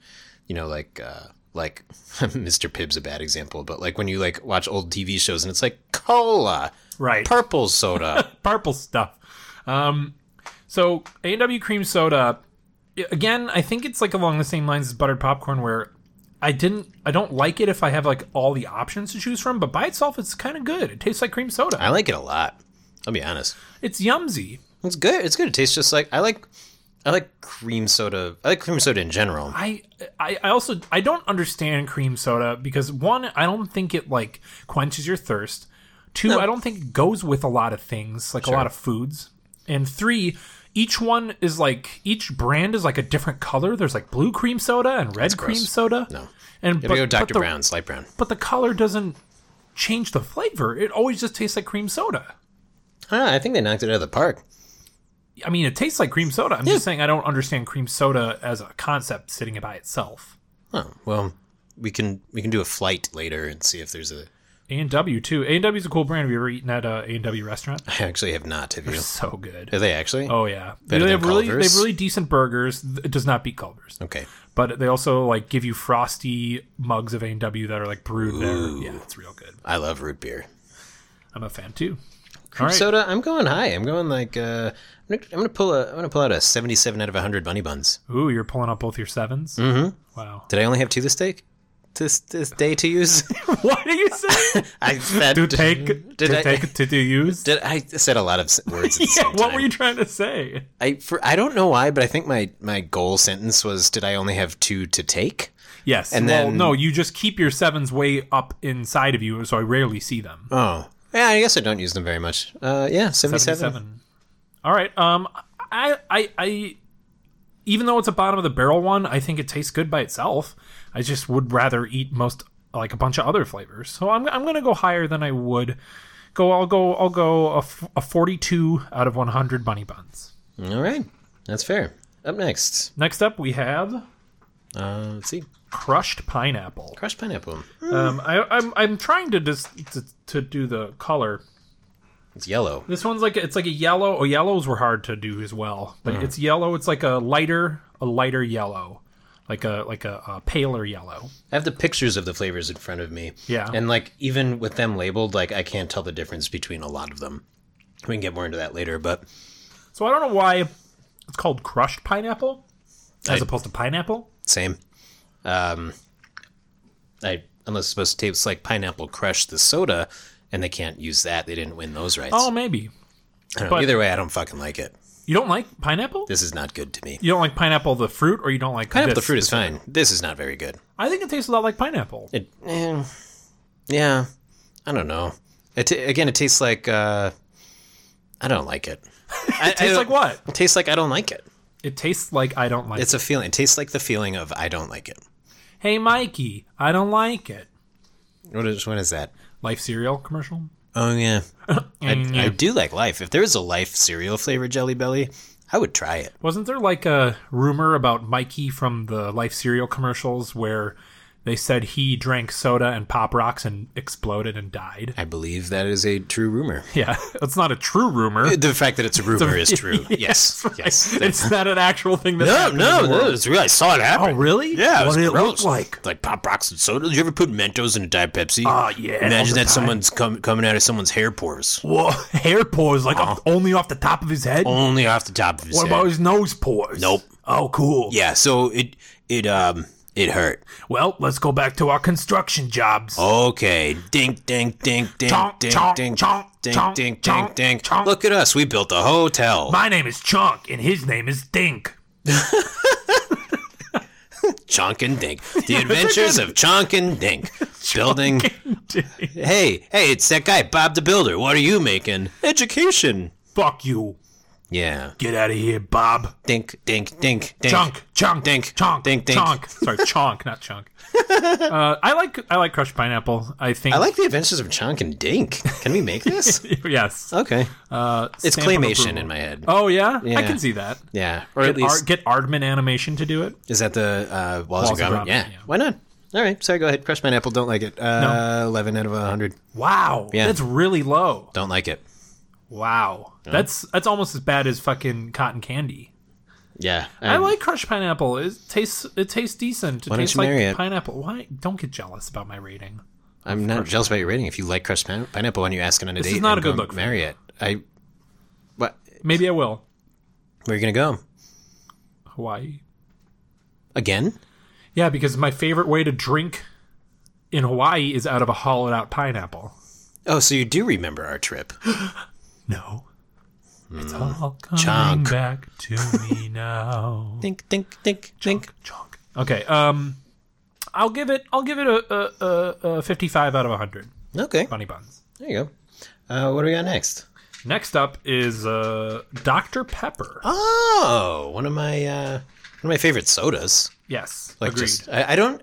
you know like uh, like Mr Pibb's a bad example, but like when you like watch old TV shows and it's like cola, Right. Purple soda. purple stuff. Um, so A and W cream soda. i- Again, I think it's like along the same lines as buttered popcorn, where I didn't, I don't like it if I have like all the options to choose from. But by itself, it's kind of good. It tastes like cream soda. I like it a lot. I'll be honest. It's yumsy. It's good. It's good. It tastes just like I like. I like cream soda. I like cream soda in general. I, I I also I don't understand cream soda because one, I don't think it like quenches your thirst. Two, I don't think it goes with a lot of things, like a lot of foods. And three, each one is like each brand is like a different color. There's like blue cream soda and red cream gross. soda. No. And Maybe but, go but Dr. the- Brown, light brown. But the color doesn't change the flavor. It always just tastes like cream soda. Ah, I think they knocked it out of the park. I mean, it tastes like cream soda. I'm just saying I don't understand cream soda as a concept sitting by itself. Oh well, we can we can do a flight later and see if there's a. A and W too. A and W is a cool brand. Have you ever eaten at uh, a A and W restaurant? I actually have not. Have you? So good. Are they actually? Oh yeah, Better they than have really they Culver's? have really decent burgers. It does not beat Culver's, Okay. but they also like give you frosty mugs of A and W that are like brewed there. Yeah, it's real good. I love root beer. I'm a fan too. Cream right. soda. I'm going high. I'm going like uh, I'm gonna, I'm gonna pull a I'm gonna pull out a 77 out of 100 bunny buns. Ooh, you're pulling up both your 7s Mm-hmm. Wow. Did I only have two this day? This this day to use. what do you say? I said to take Did to I take to do use. did I said a lot of s- words. At the yeah, same what time. were you trying to say? I for I don't know why, but I think my my goal sentence was did I only have two to take? Yes. And well, then- no, you just keep your sevens way up inside of you, so I rarely see them. Oh. Yeah, I guess I don't use them very much. Uh, yeah, 77. 77. All right. Um, I, I, I, even though it's a bottom of the barrel one, I think it tastes good by itself. I just would rather eat most like a bunch of other flavors. So I'm, I'm gonna go higher than I would. Go. I'll go. I'll go a, f- a 42 out of 100 bunny buns. All right. That's fair. Up next, Next up, we have uh, let's see. crushed pineapple. Crushed pineapple. Um, I, I'm I'm trying to just to, to do the color. It's yellow. This one's like it's like a yellow. Oh, yellows were hard to do as well, but it's yellow. It's like a lighter, a lighter yellow, like a like a, a paler yellow. I have the pictures of the flavors in front of me. Yeah. And like even with them labeled, like I can't tell the difference between a lot of them. We can get more into that later, but So I don't know why it's called crushed pineapple as I- opposed to pineapple. same. Um, I unless it's supposed to taste like pineapple crush the soda, and they can't use that. They didn't win those rights. Oh, maybe I don't know. but- Either way, I don't fucking like it. you don't like pineapple. This is not good to me. You don't like pineapple the fruit, or you don't like Pineapple, the this fruit is specific- fine. This is not very good. I think it tastes a lot like pineapple. It, eh, yeah, I don't know. It t- again, it tastes like uh, I don't like it. I- I tastes don't- like what? It tastes like I don't like it. It tastes like I don't like. It's it. a feeling. It tastes like the feeling of I don't like it. Hey, Mikey, I don't like it. What is what is that? Life cereal commercial. Oh yeah, I, Mm, I do like life. If there was a life cereal flavored Jelly Belly, I would try it. Wasn't there like a rumor about Mikey from the Life cereal commercials where they said he drank soda and pop rocks and exploded and died? I believe that is a true rumor. Yeah, that's not a true rumor. The fact that it's a rumor is true. Yes, yes. It's not an actual thing. That No, happened in no, the world. no, it's real. I saw it happen. Oh, really? Yeah. What it did was it look gross. like? Like pop rocks and soda. Did you ever put Mentos in a Diet Pepsi? Ah, yeah, all the Imagine that time. someone's com- coming out of someone's hair pores, Whoa, hair pores like Uh-huh. off- only off the top of his head. only off the top of his what head. about his nose pores? Oh, Nope. Oh, cool. yeah. So it it um it hurt. Well, let's go back to our construction jobs. Oh. Okay. Dink, dink, dink, dink, Chonk, dink, chonk, dink, chonk, dink, chonk, dink, chonk, dink, dink. chonk. Look at us. We built a hotel. My name is Chunk, and his name is Dink. Chonk and Dink. The adventures of Chonk and Dink. Building. Hey, hey, it's that guy Bob the Builder. What are you making? Education. Fuck you. Yeah. Get out of here, Bob. Dink, dink, dink, dink. Chunk, chunk, Dink. chunk, Dink, dink. Chonk. Sorry, chonk, not chunk. Uh, I like I like crushed pineapple. I think I like the adventures of Chunk and Dink. Can we make this? yes. okay. Oh, Uh, It's stamp of claymation approval. in my head. Oh yeah? I Yeah. can see that. Yeah. Or Get, at least Ar- get Aardman animation to do it. is that the uh, Wallace, and Wallace and Gromit? Gromit, Yeah. yeah. Why not? All right. Sorry. Go ahead. Crush pineapple. Don't like it. Uh, Eleven out of hundred. Wow, Yeah. that's really low. Don't like it. Wow, that's that's almost as bad as fucking cotton candy. Yeah. I like crushed pineapple. It tastes it tastes decent. It Why don't tastes you marry like it? pineapple. Why? Don't get jealous about my rating. I'm not jealous about your rating. If you like crushed pine- pineapple when you ask him on a is date, not and a good go look for Marry it. I. What? Maybe I will. Where are you gonna go? Hawaii. Again? Yeah, because my favorite way to drink in Hawaii is out of a hollowed out pineapple. Oh, so you do remember our trip? No. It's all Mm. coming Chonk. back to me now. think, think, think, think. Chonk. Okay. Um, I'll give it. I'll give it a, a, a, a fifty-five out of hundred. Okay. Bunny buns. There you go. Uh, what do we got next? Next up is uh, Dr Pepper. Oh, one of my uh, one of my favorite sodas. Yes, Like agreed. just I, I don't.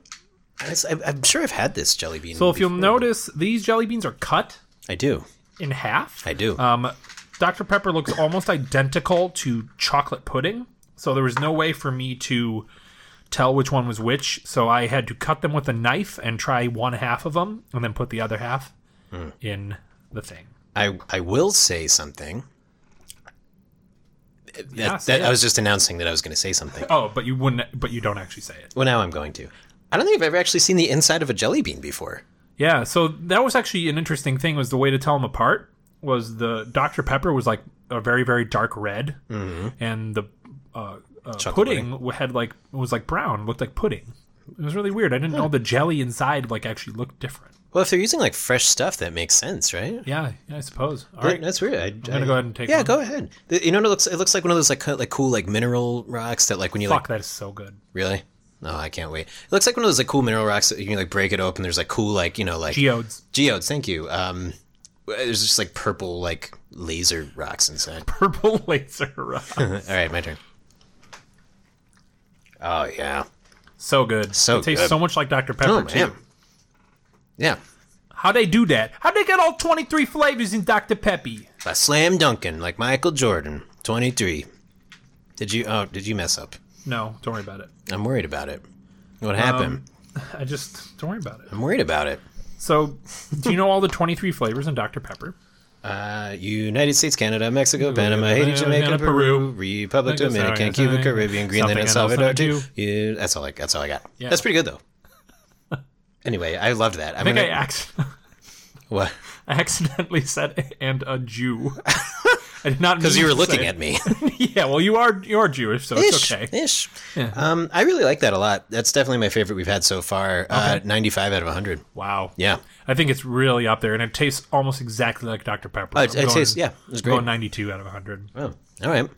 I, am sure I've had this jelly bean. so if you'll before. notice, these jelly beans are cut I do. in half. I do. Um, Dr. Pepper looks almost identical to chocolate pudding, so there was no way for me to tell which one was which. So I had to cut them with a knife and try one half of them, and then put the other half Hmm. in the thing. I I will say something. That, Yeah, say that, I it. was just announcing that I was going to say something. Oh, but you wouldn't. But you don't actually say it. Well, now I'm going to. I don't think I've ever actually seen the inside of a jelly bean before. Yeah. So that was actually an interesting thing. Was the way to tell them apart was the Dr. Pepper was like a very very dark red, Mm-hmm. and the uh, uh, pudding, w had like was like brown, looked like pudding. It was really weird. I didn't know the jelly inside like actually looked different. Well, if they're using like fresh stuff, that makes sense, right? Yeah, yeah I suppose. All Yeah, right. that's weird. I, am gonna go ahead and take Yeah, one. go ahead. The- You know, what it looks it looks like one of those like kind of, like cool like mineral rocks that like when you like Fuck, that is so good. really. No, I can't wait. It looks like one of those like cool mineral rocks that you can like break it open. There's like cool like you know like Geodes, geodes. Thank you. Um, there's just like purple like laser rocks inside. purple laser rock. All right, my turn. Oh yeah. so good. So it tastes good. so much like Dr. Pepper Oh too. man. Yeah. How they do that? How they get all twenty three flavors in Dr. Peppy? By slam dunking like Michael Jordan, 23. Did you? Oh, did you mess up? No, don't worry about it. I'm worried about it. What Um, happened? I just don't worry about it. I'm worried about it. So, do you know all the 23 flavors in Dr. Pepper? Uh, United States, Canada, Mexico, Panama, Haiti, Jamaica, Canada, Peru, Peru, Republic Mexico, Dominican, Sardinia, Cuba, Sardinia, Caribbean, Greenland, and something Salvador. else than I Too. Yeah, that's all I. That's all I got. Yeah. That's pretty good though. anyway, I loved that. I'm I think I, gonna- acc- what? I accidentally said and a Jew. I did not Because you were looking at me. Yeah, well, you are you are Jewish, so it's ish, okay. ish. Um, I really like that a lot. That's definitely my favorite we've had so far. Uh, 95 out of 100. Wow. Yeah. I think it's really up there, and it tastes almost exactly like Dr. Pepper. Oh, it- I'm it tastes- yeah, it's great. Going 92 out of 100. Oh, all right.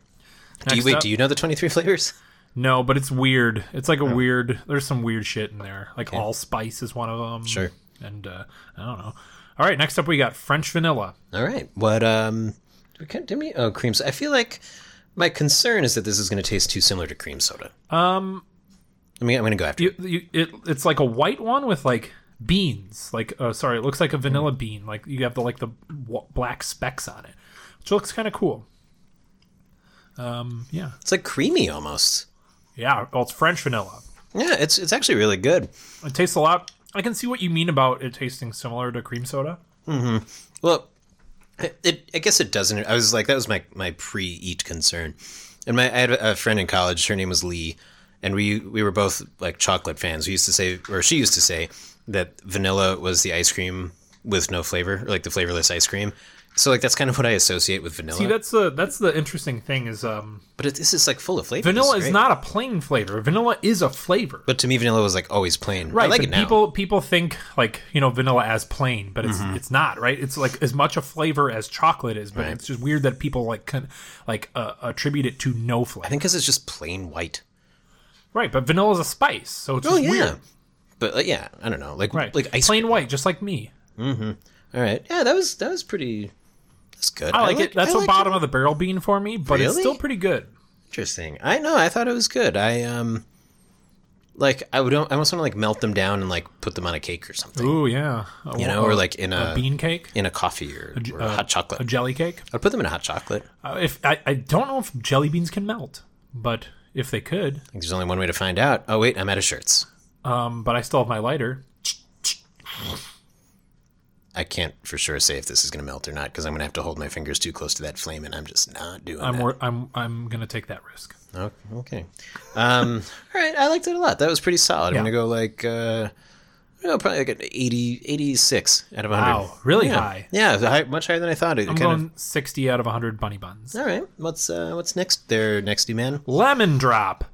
Do you, Next wait, up- do you know the 23 flavors? No, but it's weird. It's like a Oh. weird. There's some weird shit in there. Like allspice is one of them. Sure. And uh, I don't know. All right, next up we got French vanilla. All right. What, um, we can't- did we? Oh, cream soda. I feel like my concern is that this is going to taste too similar to cream soda. Um, I mean, I'm going to go after you, you it, it's like a white one with like beans like uh, sorry it looks like a vanilla bean like you have the like the w- black specks on it which looks kind of cool um yeah It's like creamy almost. yeah well it's french vanilla Yeah, it's it's actually really good. it tastes a lot i can see what you mean about it tasting similar to cream soda Well, it, it I guess it doesn't. I was like that was my my pre eat concern, and my I had a a friend in college. Her name was Lee, and we we were both like chocolate fans. We used to say, or she used to say, that vanilla was the ice cream with no flavor, or like the flavorless ice cream. So like that's kind of what I associate with vanilla. see that's the that's the interesting thing is um but it, this is like full of flavor. vanilla It's great. is not a plain flavor vanilla is a flavor But to me, vanilla was like always plain. I Right, like but it now. people people think like you know vanilla as plain, but it's Mm-hmm. it's not right. It's like as much a flavor as chocolate is, but it's just weird that people like can, like uh, attribute it to no flavor. I think because it's just plain white. right, but vanilla is a spice, so it's Oh just yeah. weird. But like, yeah, I don't know. Like Right, like ice plain cream. white, just like me. All right. Yeah, that was that was pretty. was good. I like it. That's I a liked bottom of the barrel bean for me, but it's Really? still pretty good. Interesting. I know. I thought it was good. I um, like I would. I almost want to like melt them down and like put them on a cake or something. Ooh, yeah. A- you know, a- or like in a, a bean cake, Uh, in a coffee or, or a hot chocolate. a jelly cake. I'd put them in a hot chocolate. I Uh, if I, I don't know if jelly beans can melt, but if they could, think there's only one way to find out. Oh wait, I'm out of shirts. um, but I still have my lighter. I can't for sure say if this is going to melt or not because I'm going to have to hold my fingers too close to that flame, and I'm just not doing I'm that. wor- I'm I'm gonna take that risk. Oh, okay. Um, all right. I liked it a lot. That was pretty solid. I'm Yeah. going to go like, uh, you know, probably like an 80, 86 out of 100. Wow, really yeah. high. Yeah, it was high, much higher than I thought. It I'm kind going 60 out of 100 bunny buns. of. All right. What's uh, what's next there, nexty man? Lemon drop.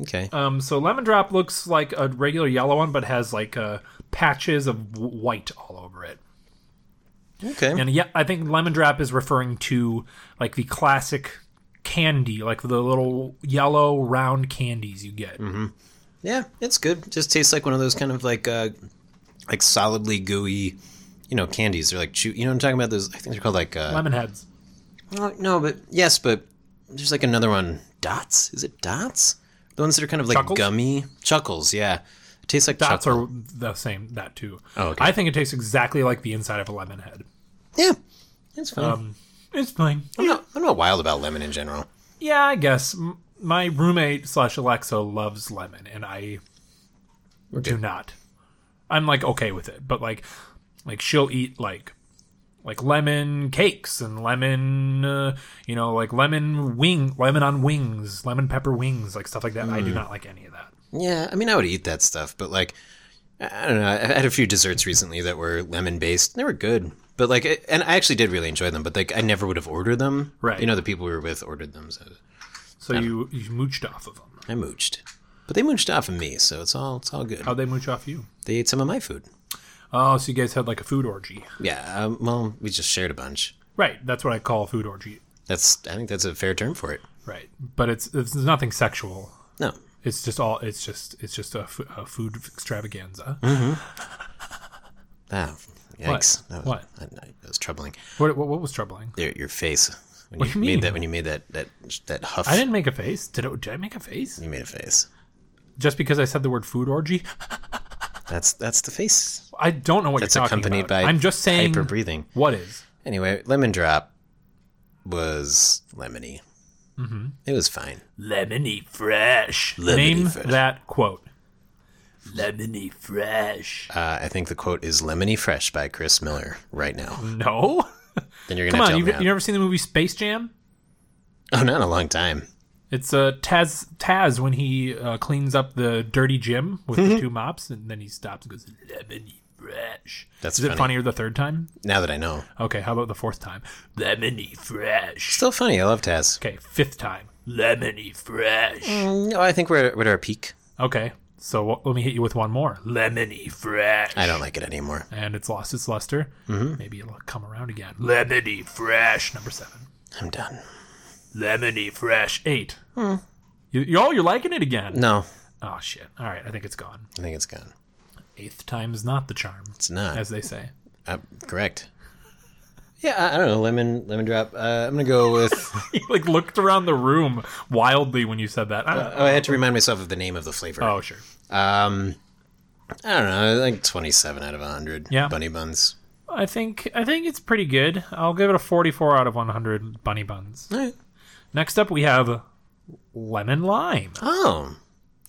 Okay. Um, so lemon drop looks like a regular yellow one, but has like uh, patches of w- white all over it. okay. And yeah, I think lemon drop is referring to like the classic candy, like the little yellow round candies you get. Yeah, it's good. Just tastes like one of those kind of like uh, like solidly gooey, you know, candies. They're like chew. You know what I'm talking about? Those I think they're called like uh, Lemon heads. Oh, no, but yes, but there's like another one. Dots? Is it dots? The ones that are kind of like Chuckles? gummy. Chuckles, yeah. It tastes like Dots chuckle. are the same. That too. Oh, okay. I think it tastes exactly like the inside of a lemon head. Yeah, it's fine. Um, It's fine. I'm, not, I'm not wild about lemon in general. Yeah, I guess M- my roommate slash Alexa loves lemon, and I do not. I'm like okay with it, but like, like she'll eat like, like lemon cakes and lemon, uh, you know, like lemon wing, lemon on wings, lemon pepper wings, like stuff like that. I do not like any of that. Yeah, I mean, I would eat that stuff, but like, I I don't know. I had a few desserts recently that were lemon based. They were good, but like, it- and I actually did really enjoy them. But like, I never would have ordered them. Right. You know, the people we were with ordered them, so So you you mooched off of them. I mooched. But they mooched off of me, so it's all it's all good. How'd they mooch off you? They ate some of my food. Oh, so you guys had like a food orgy, Yeah. Um, well, we just shared a bunch. right? That's what I call a food orgy, That's I think that's a fair term for it. right? But it's it's nothing sexual. No. It's just all. It's just. It's just a, f- a food extravaganza. Ah, yikes. What? That was, What? That, that was troubling. What, what, what was troubling? Your, your face. When What do you made mean? that when you made that that that huff. I didn't make a face. Did, I did I make a face? You made a face. Just because I said the word food orgy? That's that's the face. I don't know what That's you're talking accompanied by about. I'm just saying. hyper breathing. What is? Anyway, lemon drop was lemony. Mm-hmm. It was fine. Lemony fresh. Lemony Name fresh. that quote. Lemony fresh. Uh, I think the quote is "lemony fresh" by Chris Miller right now. No. Then you're gonna Mm-hmm. Come have on. to You've, you've help me out. never seen the movie Space Jam? Oh, not in a long time. It's uh, Taz. Taz when he uh, cleans up the dirty gym with Mm-hmm. the two mops, and then he stops and goes lemony fresh. That's is funny. it funnier the third time? Now that I know, Okay, how about the fourth time? Lemony fresh. still funny. I love Taz. Okay, fifth time. Lemony fresh. No, I think we're, we're at our peak. Okay, so w- let me hit you with one more. Lemony fresh. I don't Mm-hmm. like it anymore. And it's lost its luster. Maybe it'll come around again. Lemony fresh. Number seven. I'm done. Lemony fresh. Eight. You, you, oh, you're liking it again. Hmm. No, Oh, shit. All right, I think it's gone. I think it's gone. Eighth time's not the charm, It's not. as they say. Uh, correct. Yeah, I, I don't know. Lemon, lemon drop. Uh, I'm gonna go with. you like looked around the room wildly when you said that. I don't, oh, I had to remind myself of the name of the flavor. oh, sure. Um, I don't know. I think 27 out of 100. Yeah. Bunny buns. I think I think it's pretty good. I'll give it a 44 out of 100 bunny buns. All right. Next up, we have lemon lime. Oh,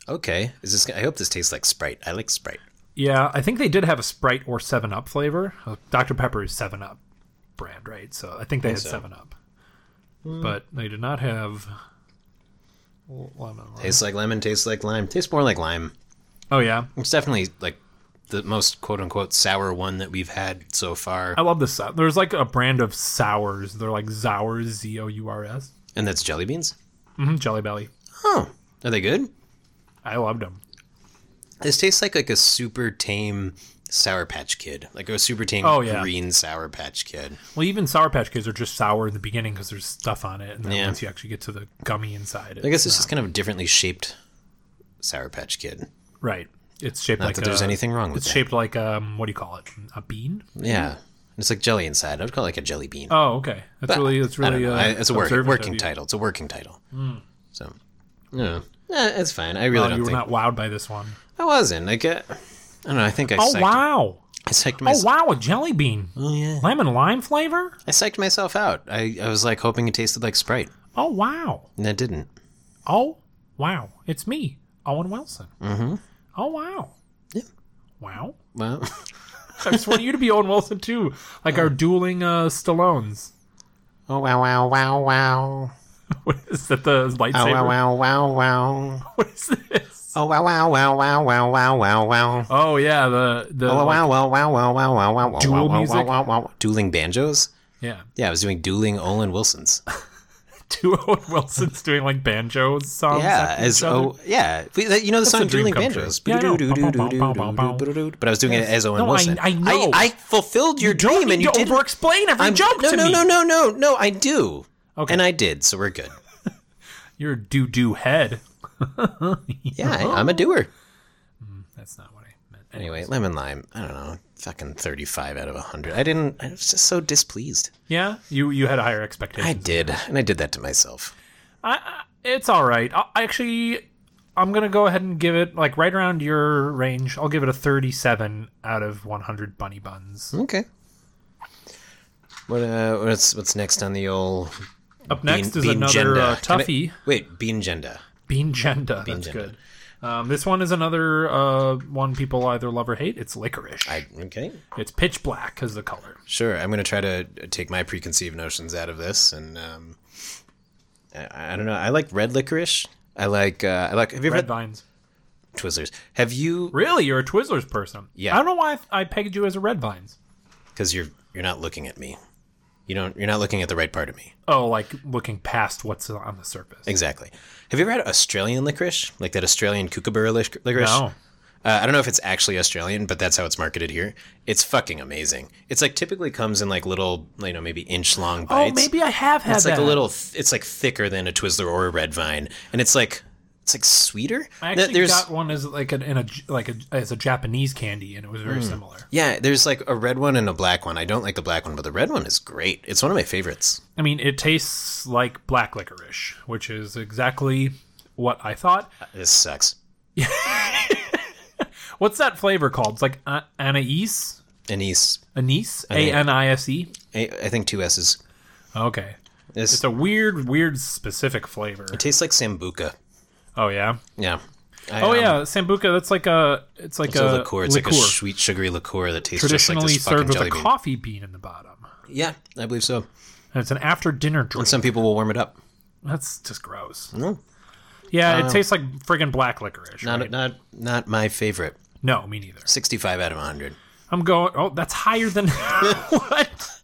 okay. Is this? I hope this tastes like Sprite. I like Sprite. Yeah, I think they did have a Sprite or Seven Up flavor. Uh, Dr Pepper is Seven Up brand, right? So I think they had so. Seven Up, but they did not have lemon lime. Tastes like lemon. Tastes like lime. Tastes more like lime. Oh yeah, It's definitely like the most quote unquote sour one that we've had so far, I love this. sou- There's like a brand of sours. They're like Zours, Z O U R S. and that's jelly beans. Mhm, Jelly Belly. Oh, are they good? I loved them. This tastes like like a super tame Sour Patch Kid, like a super tame Oh, yeah. green Sour Patch Kid. Well, even Sour Patch Kids are just sour in the beginning because there's stuff on it, and then Yeah. once you actually get to the gummy inside, I guess it's just kind of a differently shaped Sour Patch Kid. right. It's shaped Not like that there's a- anything wrong with It's that. Mm. shaped like um, what do you call it? A bean? Yeah, it's like jelly inside. I would call it like a jelly bean. Oh, okay. That's really that's I don't really know. uh, I- it's a work, observant of working you. Hmm. title. It's a working title. So, no, eh, it's fine. I really Oh, don't you were think not wowed by this one. I wasn't. Like, uh, I don't know. I think I. Oh psyched, wow! I psyched Oh myself. wow! A jelly bean, yeah. lemon lime flavor. I psyched myself out. I, I was like hoping it tasted like Sprite, Oh wow! and it didn't. Oh wow! It's me, Owen Wilson. Mm-hmm. Oh wow! Yeah. Wow! Well, I just want you to be Owen Wilson too, like our dueling uh, Stallones. oh wow wow wow wow. What is that? The lightsaber? Oh wow wow wow wow. What is this? Oh wow wow wow wow wow wow wow wow. Oh yeah, the the Oh like- wow wow wow wow wow wow wow wow. Dual wow, wow, music? wow, wow, wow. Dueling banjos. yeah. Yeah, I was doing dueling Olin Wilsons. Two Owen Wilsons doing like banjo songs. Yeah, at each as other. oh yeah, We- that- you know the a song dream Dueling come true. Banjos. Yeah, I know. But I was doing it as Owen No, I- Wilson. I know. I, I fulfilled your don't dream, need and you to did overexplain every joke no, to no, me. no, no, no, no. I do. Okay. And I did, so we're good. You're a doo doo head. Yeah, I, Oh. I'm a doer. That's not what I meant. Anyway, lemon lime. I don't know. Fucking thirty-five out of hundred. I didn't. I was just so displeased. Yeah, you you had higher I expectations. did, and I did that to myself. I, I, it's all right. I, I actually, I'm gonna go ahead and give it like right around your range. I'll give it a 37 out of 100 bunny buns. Okay. What uh? What's what's next on the old? Up next bean, is bean another genda? uh, Hmm. Can I- toughie, wait, bean genda. Bean Genda. That's Genda. good. Um, this one is another uh, one people either love or hate. It's licorice. I okay. It's pitch black because the color. Sure, I'm going to try to take my preconceived notions out of this, and um, I, I don't know. I like red licorice. I like uh, I like. Have you ever Red had vines. Twizzlers? Have you? Really, you're a Twizzlers person. Yeah. I don't know why I, I pegged you as a red vines. Because you're you're not looking at me. You don't. You're not looking at the right part of me. Oh, like looking past what's on the surface. Exactly. Have you ever had Australian licorice, like that Australian kookaburra lic- licorice? No. Uh, I don't know if it's actually Australian, but that's how it's marketed here. It's fucking amazing. It's like typically comes in like little, you know, maybe inch long Oh, bites. maybe I have had it's that. like a little th- it's like thicker than a twizzler or a red vine and it's like it's like sweeter I Th- actually got one as like an, in a J- like a, as a Japanese candy, and it was very Hmm. similar. yeah there's like a red one and a black one i don't like the black one but the red one is great it's one of my favorites I mean, it tastes like black licorice, which is exactly what I thought. Uh, this sucks What's that flavor called? It's like a- anise, anise anise, A think- N I S E. i, I think two s's Okay, this it's a weird, weird specific flavor. tastes like sambuca Oh yeah, yeah I, oh um, yeah, sambuca. That's like a, it's like it's a a liqueur it's like a sweet sugary liqueur that tastes just like traditionally this fucking served with jelly a bean coffee bean in the bottom. yeah i believe so And it's an after dinner drink. and some people will warm it up That's just gross. No. Um, Yeah, it tastes like friggin' black licorice. not right? not not my favorite No, me neither. 65 out of 100 I'm going. Oh, that's higher than what?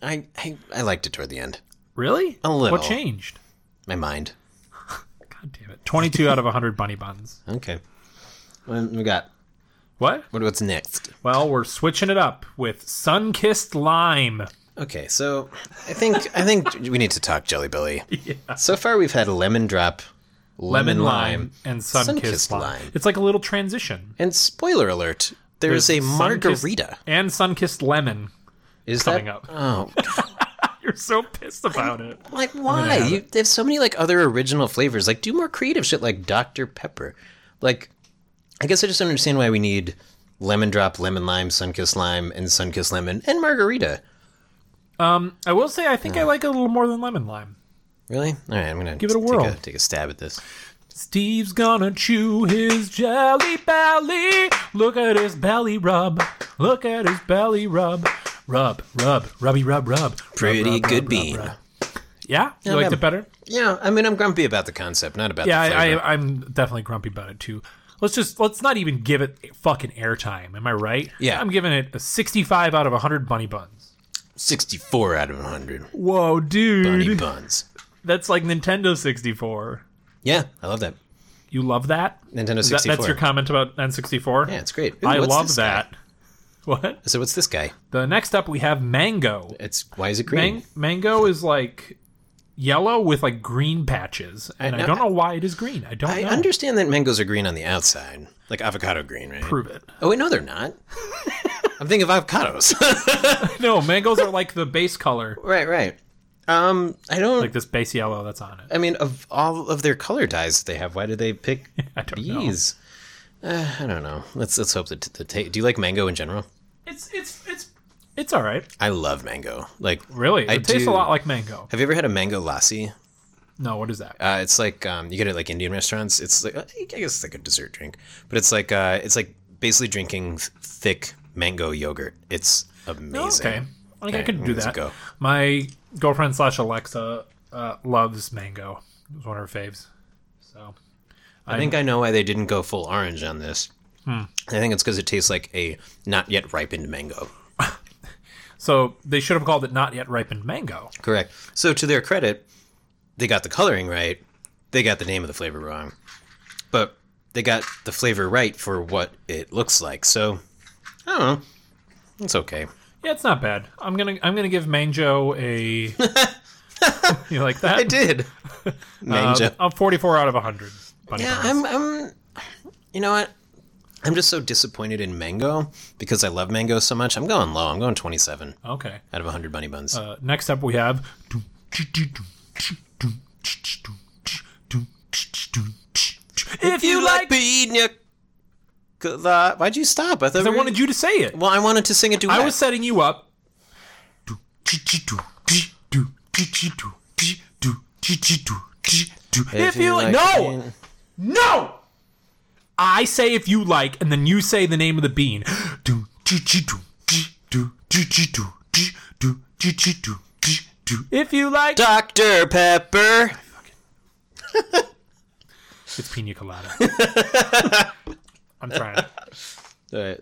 I, I i liked it toward the end Really? A little. What changed? my mind God damn it! Twenty-two out of hundred bunny buns. Okay. What we got? What? What what's next? Well, we're switching it up with sun-kissed lime. Okay, so I think I think we need to talk Jelly Belly. So far we've had lemon drop, lemon, lime, and sun-kissed, Sun-kissed lime. lime. It's like a little transition. and spoiler alert, there is a Sun-kissed margarita. and sun-kissed lemon. Is coming that up. Oh, You're so pissed about it. like why? have You, they have so many like other original flavors. Like do more creative shit like Dr Pepper. Like I guess I just don't understand why we need lemon drop, lemon lime, sun kissed lime, and sun kissed lemon and margarita. I will say, I think I like it a little more than lemon lime. Really? All right, I'm gonna Give it a take whirl. take a stab at this. Steve's gonna chew his jelly belly. Look at his belly rub. Look at his belly rub. Rub, rub, rubby, rub, rub. Pretty Rub, rub, good rub, bean. rub. Yeah, you Yeah, liked yeah. it better. Yeah, I mean, I'm grumpy about the concept, not about Yeah, the I, flavor. I, I'm definitely grumpy about it too. Let's just let's not even give it fucking airtime. Am I right? Yeah. I'm giving it a 65 out of 100 bunny buns. 64 out of 100. Whoa, dude, Bunny buns. that's like Nintendo 64. Yeah, I love that. You love that? Nintendo That- 64. that's your comment about N64. yeah, it's great. Ooh, I what's love this guy? that. What? So what's this guy? The next up we have mango. It's why is it green? Mang- mango is like yellow with like green patches, and I, know- don't know why it is green. I don't I know. understand that mangoes are green on the outside, like avocado green, right? Prove it. Oh wait, no, they're not. I'm thinking of avocados. No, mangoes are like the base color, right, right. Um, I don't. like this base yellow that's on it. I mean, of all of their color dyes that they have, why do they pick I don't know. these? Uh, I don't know. Let's let's hope that the ta- do you like mango in general? It's it's it's it's all right. I love mango. Like Really, it I tastes do. a lot like mango. Have you ever had a mango lassi? No, what is that? Uh, it's like um, you get it at, like Indian restaurants. It's like I guess it's like a dessert drink, but it's like uh, it's like basically drinking th- thick mango yogurt. It's amazing. Okay, I think I Okay, could do let's that. go. My girlfriend slash Alexa uh, loves mango. It's one of her faves. So I think I know why they didn't go full orange on this. Hmm. I think it's because it tastes like a not yet ripened mango. so they should have called it not yet ripened mango. Correct. So to their credit, they got the coloring right. They got the name of the flavor wrong, but they got the flavor right for what it looks like. So I don't know. It's okay. Yeah, it's not bad. I'm gonna I'm gonna give mango a. you like that? I did. Mango. Uh, a 44 out of 100. Bunny Yeah, I'm, Brown. I'm. You know what? I'm just so disappointed in mango because I love mango so much. I'm going low. I'm going 27 Okay. out of 100 bunny buns. Uh, next up, we have. If you like. beating your. Why'd you stop? I thought I we were- wanted you to say it. Well, I wanted to sing a duet. I was setting you up. If you like. No! No! I say if you like, and then you say the name of the bean. If you like. Dr. Pepper. It's pina colada. I'm trying. Uh,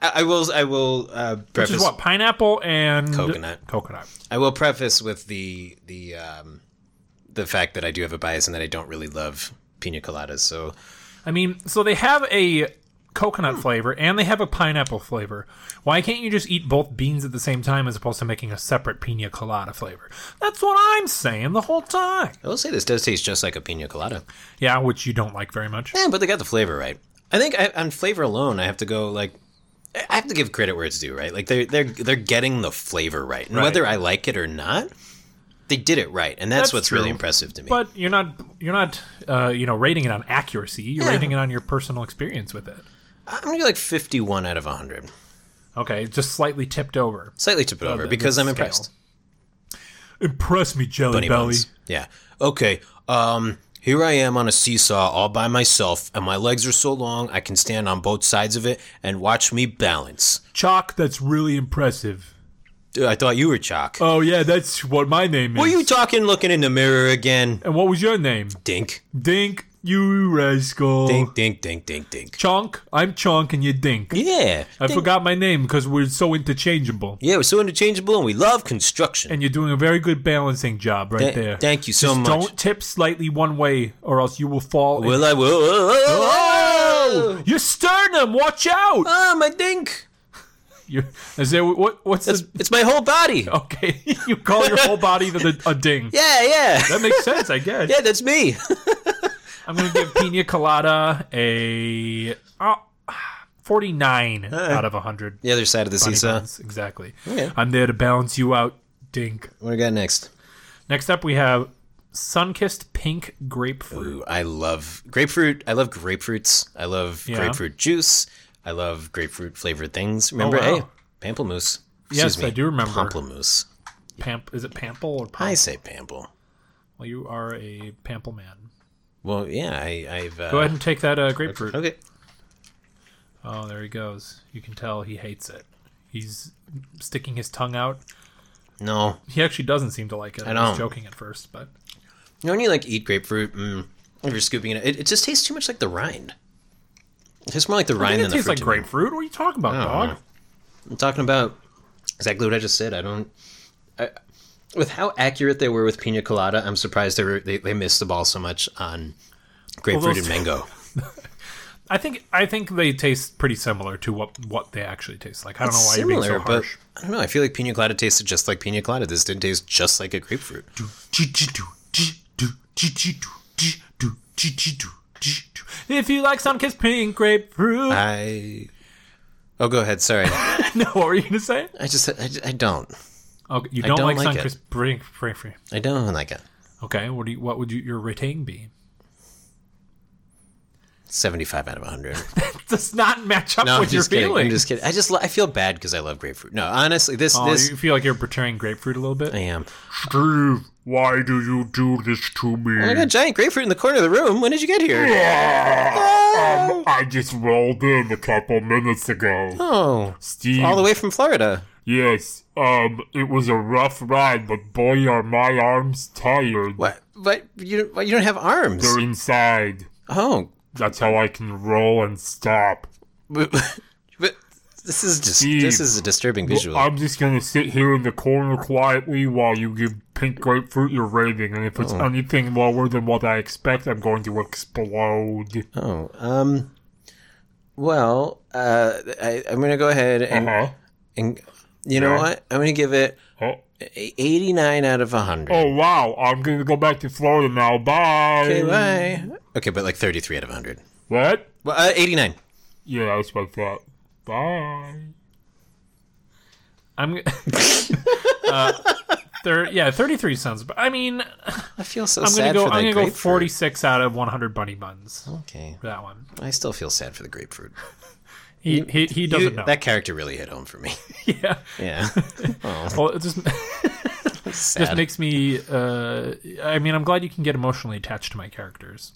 I, I will. I will uh, Which preface. is what pineapple and Coconut. Coconut. I will preface with the the um, the fact that I do have a bias and that I don't really love pina coladas. So I mean, so they have a coconut Hmm. flavor and they have a pineapple flavor. Why can't you just eat both beans at the same time as opposed to making a separate pina colada flavor? That's what I'm saying the whole time. I will say this does taste just like a pina colada. Yeah, which you don't like very much. Yeah, but they got the flavor right. I think I, on flavor alone, I have to go like I I have to give credit where it's due, right? Like they're they're they're getting the flavor right, and whether I like it or not, they did it right, and that's, That's what's really true. impressive to me. But you're not you're not uh, you know rating it on accuracy. You're rating it on your personal experience with it. I'm gonna go like 51 out of 100, Okay, just slightly tipped over. slightly tip it over the- because the I'm scale. impressed. Impress me, Jelly Bunny Belly. buns. Yeah. Okay. Um. Here I am on a seesaw all by myself, and my legs are so long I can stand on both sides of it and watch me balance. Chalk, that's really impressive. Dude, I thought you were Chalk. Oh yeah, that's what my name is. Were you talking looking in the mirror again? and what was your name? Dink. Dink, you rascal. Dink, dink, dink, dink, dink. Chonk, I'm Chonk and you Dink. Yeah. I Dink. forgot my name because we're so interchangeable. Yeah, we're so interchangeable and we love construction. And you're doing a very good balancing job right Th- there. thank you so Just much. Don't tip slightly one way or else you will fall. in- Will I will? Oh, your sternum, watch out! Ah, my dink. you is there what? What's It's, the? Oh. it's my whole body. Okay, you call your whole body the, the, a ding. Yeah, yeah. That makes sense, I guess. Yeah, that's me. I'm gonna give Pina Colada a uh, 49 out of 100. The other side of the Bunny seesaw. buns, Exactly. Okay. I'm there to balance you out, Dink. What do we got next? Next up, we have Sunkissed Pink Grapefruit. Ooh, I love grapefruit. I love grapefruits. I love Yeah. Oh, grapefruit juice. I love grapefruit flavored things. Remember, wow. hey, pamplemousse. Yes, Excuse me, I do remember. Oh. Pamplemousse. Pamp, is it Pample or Pamp? I say pample. Well, you are a Pample man. Well, yeah, I, I've. Uh, Go ahead and take that uh, grapefruit. Okay. Oh, there he goes. You can tell he hates it. He's sticking his tongue out. No, He actually doesn't seem to like it. I, don't. was joking at first, but You know when you like eat grapefruit, mm, if you're scooping it, it, it just tastes too much like the rind. It tastes more like the I rind think than it the fruit. tastes like to me. grapefruit. What are you talking about, I dog? don't know. I'm talking about exactly what I just said. I don't. I, with how accurate they were with pina colada, I'm surprised they were, they, they missed the ball so much on grapefruit and those- mango. I think I think they taste pretty similar to what what they actually taste like. I don't know why Similar, you're being so but harsh. I don't know. I feel like pina colada tasted just like pina colada. This didn't taste just like a grapefruit. If you like sun kissed pink grapefruit, I. Oh, go ahead. Sorry. no, what were you gonna say? I just, I, I don't. Okay, you I don't, don't like, like Sun it. Crisp Brink Free Free. I don't like it. Okay, what do you, what would you, your rating be? 75 out of 100. Does not match up No, I'm with your just kidding. feelings. I'm just kidding. I just, li- I feel bad because I love grapefruit. No, honestly, this, Oh, this, you feel like you're portraying grapefruit a little bit. I am. Steve, why do you do this to I me? got giant grapefruit in the corner of the room. When did you get here? Um, I just rolled in a couple minutes ago. Oh, Steve, all the way from Florida. yes, um, it was a rough ride, but boy, are my arms tired. What? But you, but you don't have arms. They're inside. Oh, That's how I can roll and stop. but, but this is just, Steve. this is a disturbing visual. I'm just gonna sit here in the corner quietly while you give Pink Grapefruit your rating, and if it's Oh. anything lower than what I expect, I'm going to explode. Oh, um, well, uh, I, I'm gonna go ahead and, Uh-huh. and you know Yeah. what? I'm gonna give it Oh. a- 89 out of 100. Oh wow, I'm gonna go back to Florida now. Bye. Okay, bye. Okay, but like 33 out of 100. What? Well, uh, 89. Yeah, I expect that. Bye. I'm. uh, thir- yeah, 33 sounds. But I mean, I feel so I'm gonna sad go. for the I'm gonna go grapefruit. 46 out of 100 bunny buns. for Okay, That one. I still feel sad for the grapefruit. He he, he You- doesn't know. That character really hit home for me. yeah. yeah, Well, it just sad. just makes me. Uh, I mean, I'm glad you can get emotionally attached to my characters.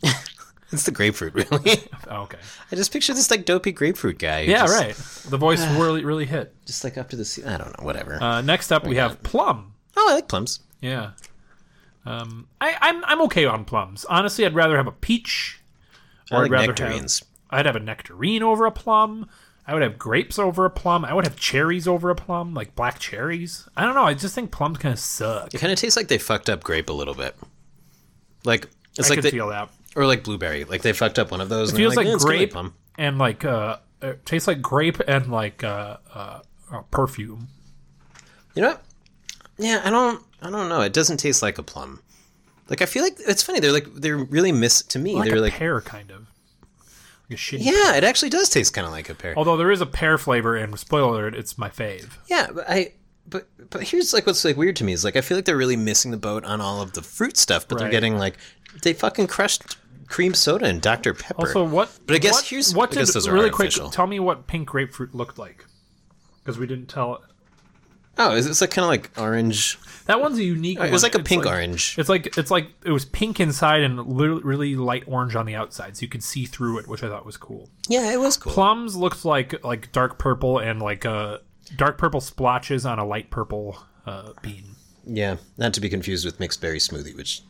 it's the grapefruit, really. Oh, okay. I just picture this like dopey grapefruit guy. who Yeah, just, right. The voice really really hit. Just like up to the sea. I don't know. Whatever. Uh, next up, we have plum. oh, I like plums. Yeah. Um, I, I'm I'm okay on plums. Honestly, I'd rather have a peach. I like I'd rather have- nectarines. I'd have a nectarine over a plum. I would have grapes over a plum. I would have cherries over a plum, like black cherries. I don't know. I just think plums kind of suck. It kind of tastes like they fucked up grape a little bit. Like it's I like can they, feel that. or like blueberry. Like they fucked up one of those. It and they're feels like, "Yeah, it's kinda grape plum." and like uh, it tastes like grape and like uh, uh, uh, perfume. You know? What? Yeah, I don't. I don't know. It doesn't taste like a plum. Like I feel like it's funny. They're like they're really miss to me. Like they're a like pear, kind of. Like a shitty. yeah. It actually does taste kind of like a pear. Although there is a pear flavor, and spoiler alert, it's my fave. Yeah, but I. But but here's like what's like weird to me is like I feel like they're really missing the boat on all of the fruit stuff, but they're Right. getting like they fucking crushed cream soda and Dr Pepper. Also, what? But I guess what, here's- what I guess did those are really artificial. quick. Tell me what pink grapefruit looked like, because we didn't tell. oh, is it's like kind of like orange? That one's a unique. It was one. like a It's pink orange. It's like it's like it was pink inside and li- really light orange on the outside, so you could see through it, which I thought was cool. Yeah, it was cool. Plums looked like like dark purple and like uh, dark purple splotches on a light purple uh, bean. Yeah, not to be confused with mixed berry smoothie, which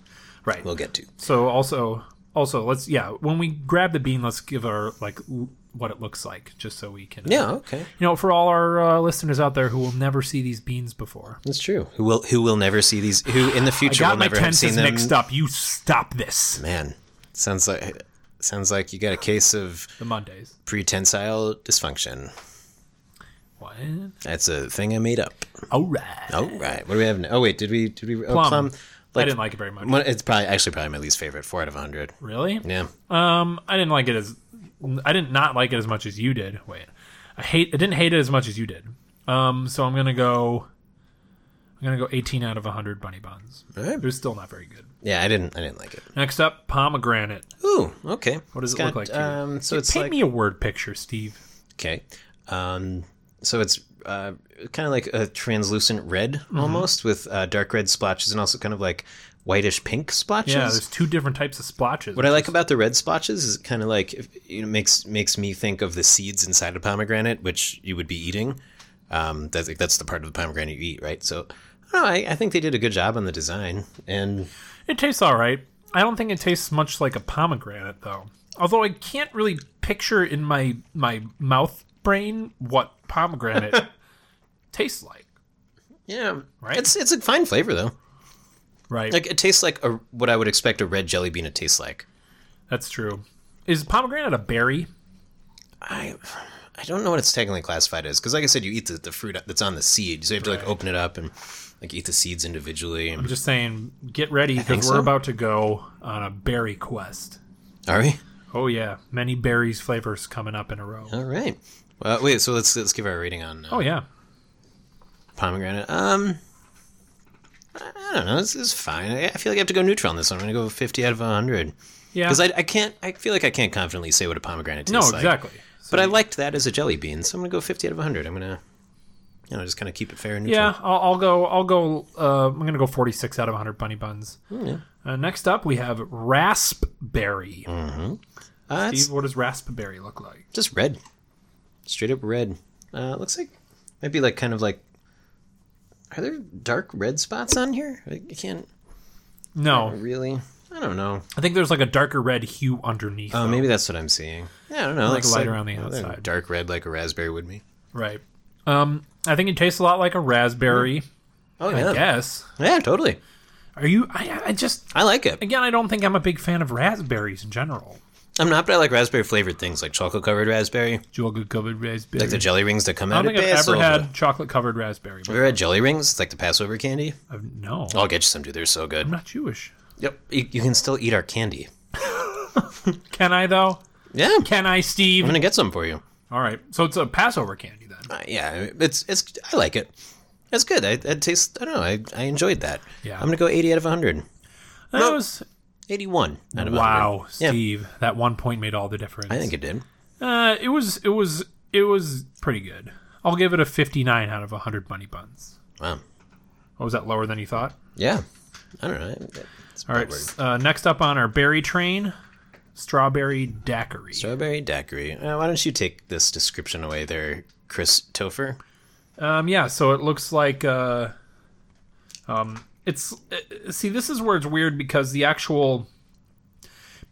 Right. we'll get to. So also also let's yeah when we grab the bean, let's give our like l- what it looks like, just so we can uh, Yeah, okay, You know, for all our uh, listeners out there who will never see these beans before, that's true. Who will who will never see these? Who in the I future will got my never have seen tenses them? mixed up. You stop this. Man, sounds like sounds like you got a case of The Mondays. pretensile dysfunction. What? That's a thing I made up. All right. Oh right, what do we have? Now? Oh wait, did we did we oh, Plum. plum? I didn't like it very much. One- It's probably actually probably my least favorite. Four out of hundred. Really? Yeah, Um, I didn't like it as I didn't not like it as much as you did. Wait, I hate I didn't hate it as much as you did. Um, so I'm gonna go. I'm gonna go 18 out of 100 bunny buns. right. It was still not very good. yeah. I didn't I didn't like it. Next up, pomegranate. Ooh, okay. What does it look like to you? Um, so it's Paint like me a word picture, Steve. Okay. Um, so it's uh, kind of like a translucent red Mm-hmm. almost with uh, dark red splotches and also kind of like whitish pink splotches. Yeah, there's two different types of splotches. what I like about the red splotches is it kind of like if- you know, makes makes me think of the seeds inside a pomegranate, which you would be eating. Um, that's like, that's the part of the pomegranate you eat, right? So I don't know. I, I think they did a good job on the design, and It tastes all right. I don't think it tastes much like a pomegranate though. Although I can't really picture in my my mouth brain what pomegranate tastes like. yeah, Right. It's it's a fine flavor though. Right. Like it tastes like a, what I would expect a red jelly bean to taste like. That's true. Is pomegranate a berry? I I don't know what it's technically classified as because, like I said, you eat the, the fruit that's on the seed, so you have to like open it up and like eat the seeds individually. I'm And... just saying, get ready think because so. we're about to go on a berry quest. All right, Oh yeah, many berries flavors coming up in a row. all right. Well, wait. So let's let's give our rating on uh, Oh yeah. pomegranate. Um, I I don't know. This is fine. I, I feel like I have to go neutral on this one. I'm gonna go 50 out of 100. Yeah. Because I, I can't. I feel like I can't confidently say what a pomegranate no, tastes like. exactly. But I liked that as a jelly bean, so I'm gonna go 50 out of 100. I'm gonna, you know, just kind of keep it fair and neutral. Yeah, I'll, I'll go. I'll go. Uh, I'm gonna go 46 out of 100 bunny buns. Hmm, Uh, next up, we have raspberry. Hmm. Uh, it's Steve, what does raspberry look like? just red, straight up red. Uh, it looks like might be like kind of like. Are there dark red spots on here? I I can't No, really. I don't know. I think there's like a darker red hue underneath. Oh, though. maybe that's what I'm seeing. Yeah, I don't know. Like Looks lighter on the well, they're outside. dark red like a raspberry would be. Right. Um, I think it tastes a lot like a raspberry. Oh I guess. yeah, totally. Are you? I, I just I like it. again, I don't think I'm a big fan of raspberries in general. I'm not, but I like raspberry flavored things like chocolate covered raspberry, Chocolate covered raspberry. like the jelly rings that come I out don't of think I've ever Passover. had chocolate covered raspberry. Have you ever had jelly rings? It's like the Passover candy. I've, no, I'll get you some, dude. They're so I'm good. not Jewish. Yep. You, you can still eat our candy. Can I though? Yeah. Can I, Steve? I'm gonna get some for you. All right. So it's a Passover candy then. Uh, yeah, it's it's. I like it. It's good. I, it tastes. I don't know. I, I enjoyed that. Yeah. I'm gonna go 80 out of 100. That was 81 out of 100. wow, Yeah. Steve. That one point made all the difference. I think it did. Uh, it was it was it was pretty good. I'll give it a 59 out of 100 bunny buns. Wow. Oh, was that lower than you thought? Yeah. I don't know. It's All right. s- Uh, next up on our berry train, strawberry daiquiri. Strawberry daiquiri. Uh, why don't you take this description away there, Chris Topher? Um, yeah, so it looks like uh, um, it's uh, see this is where it's weird because the actual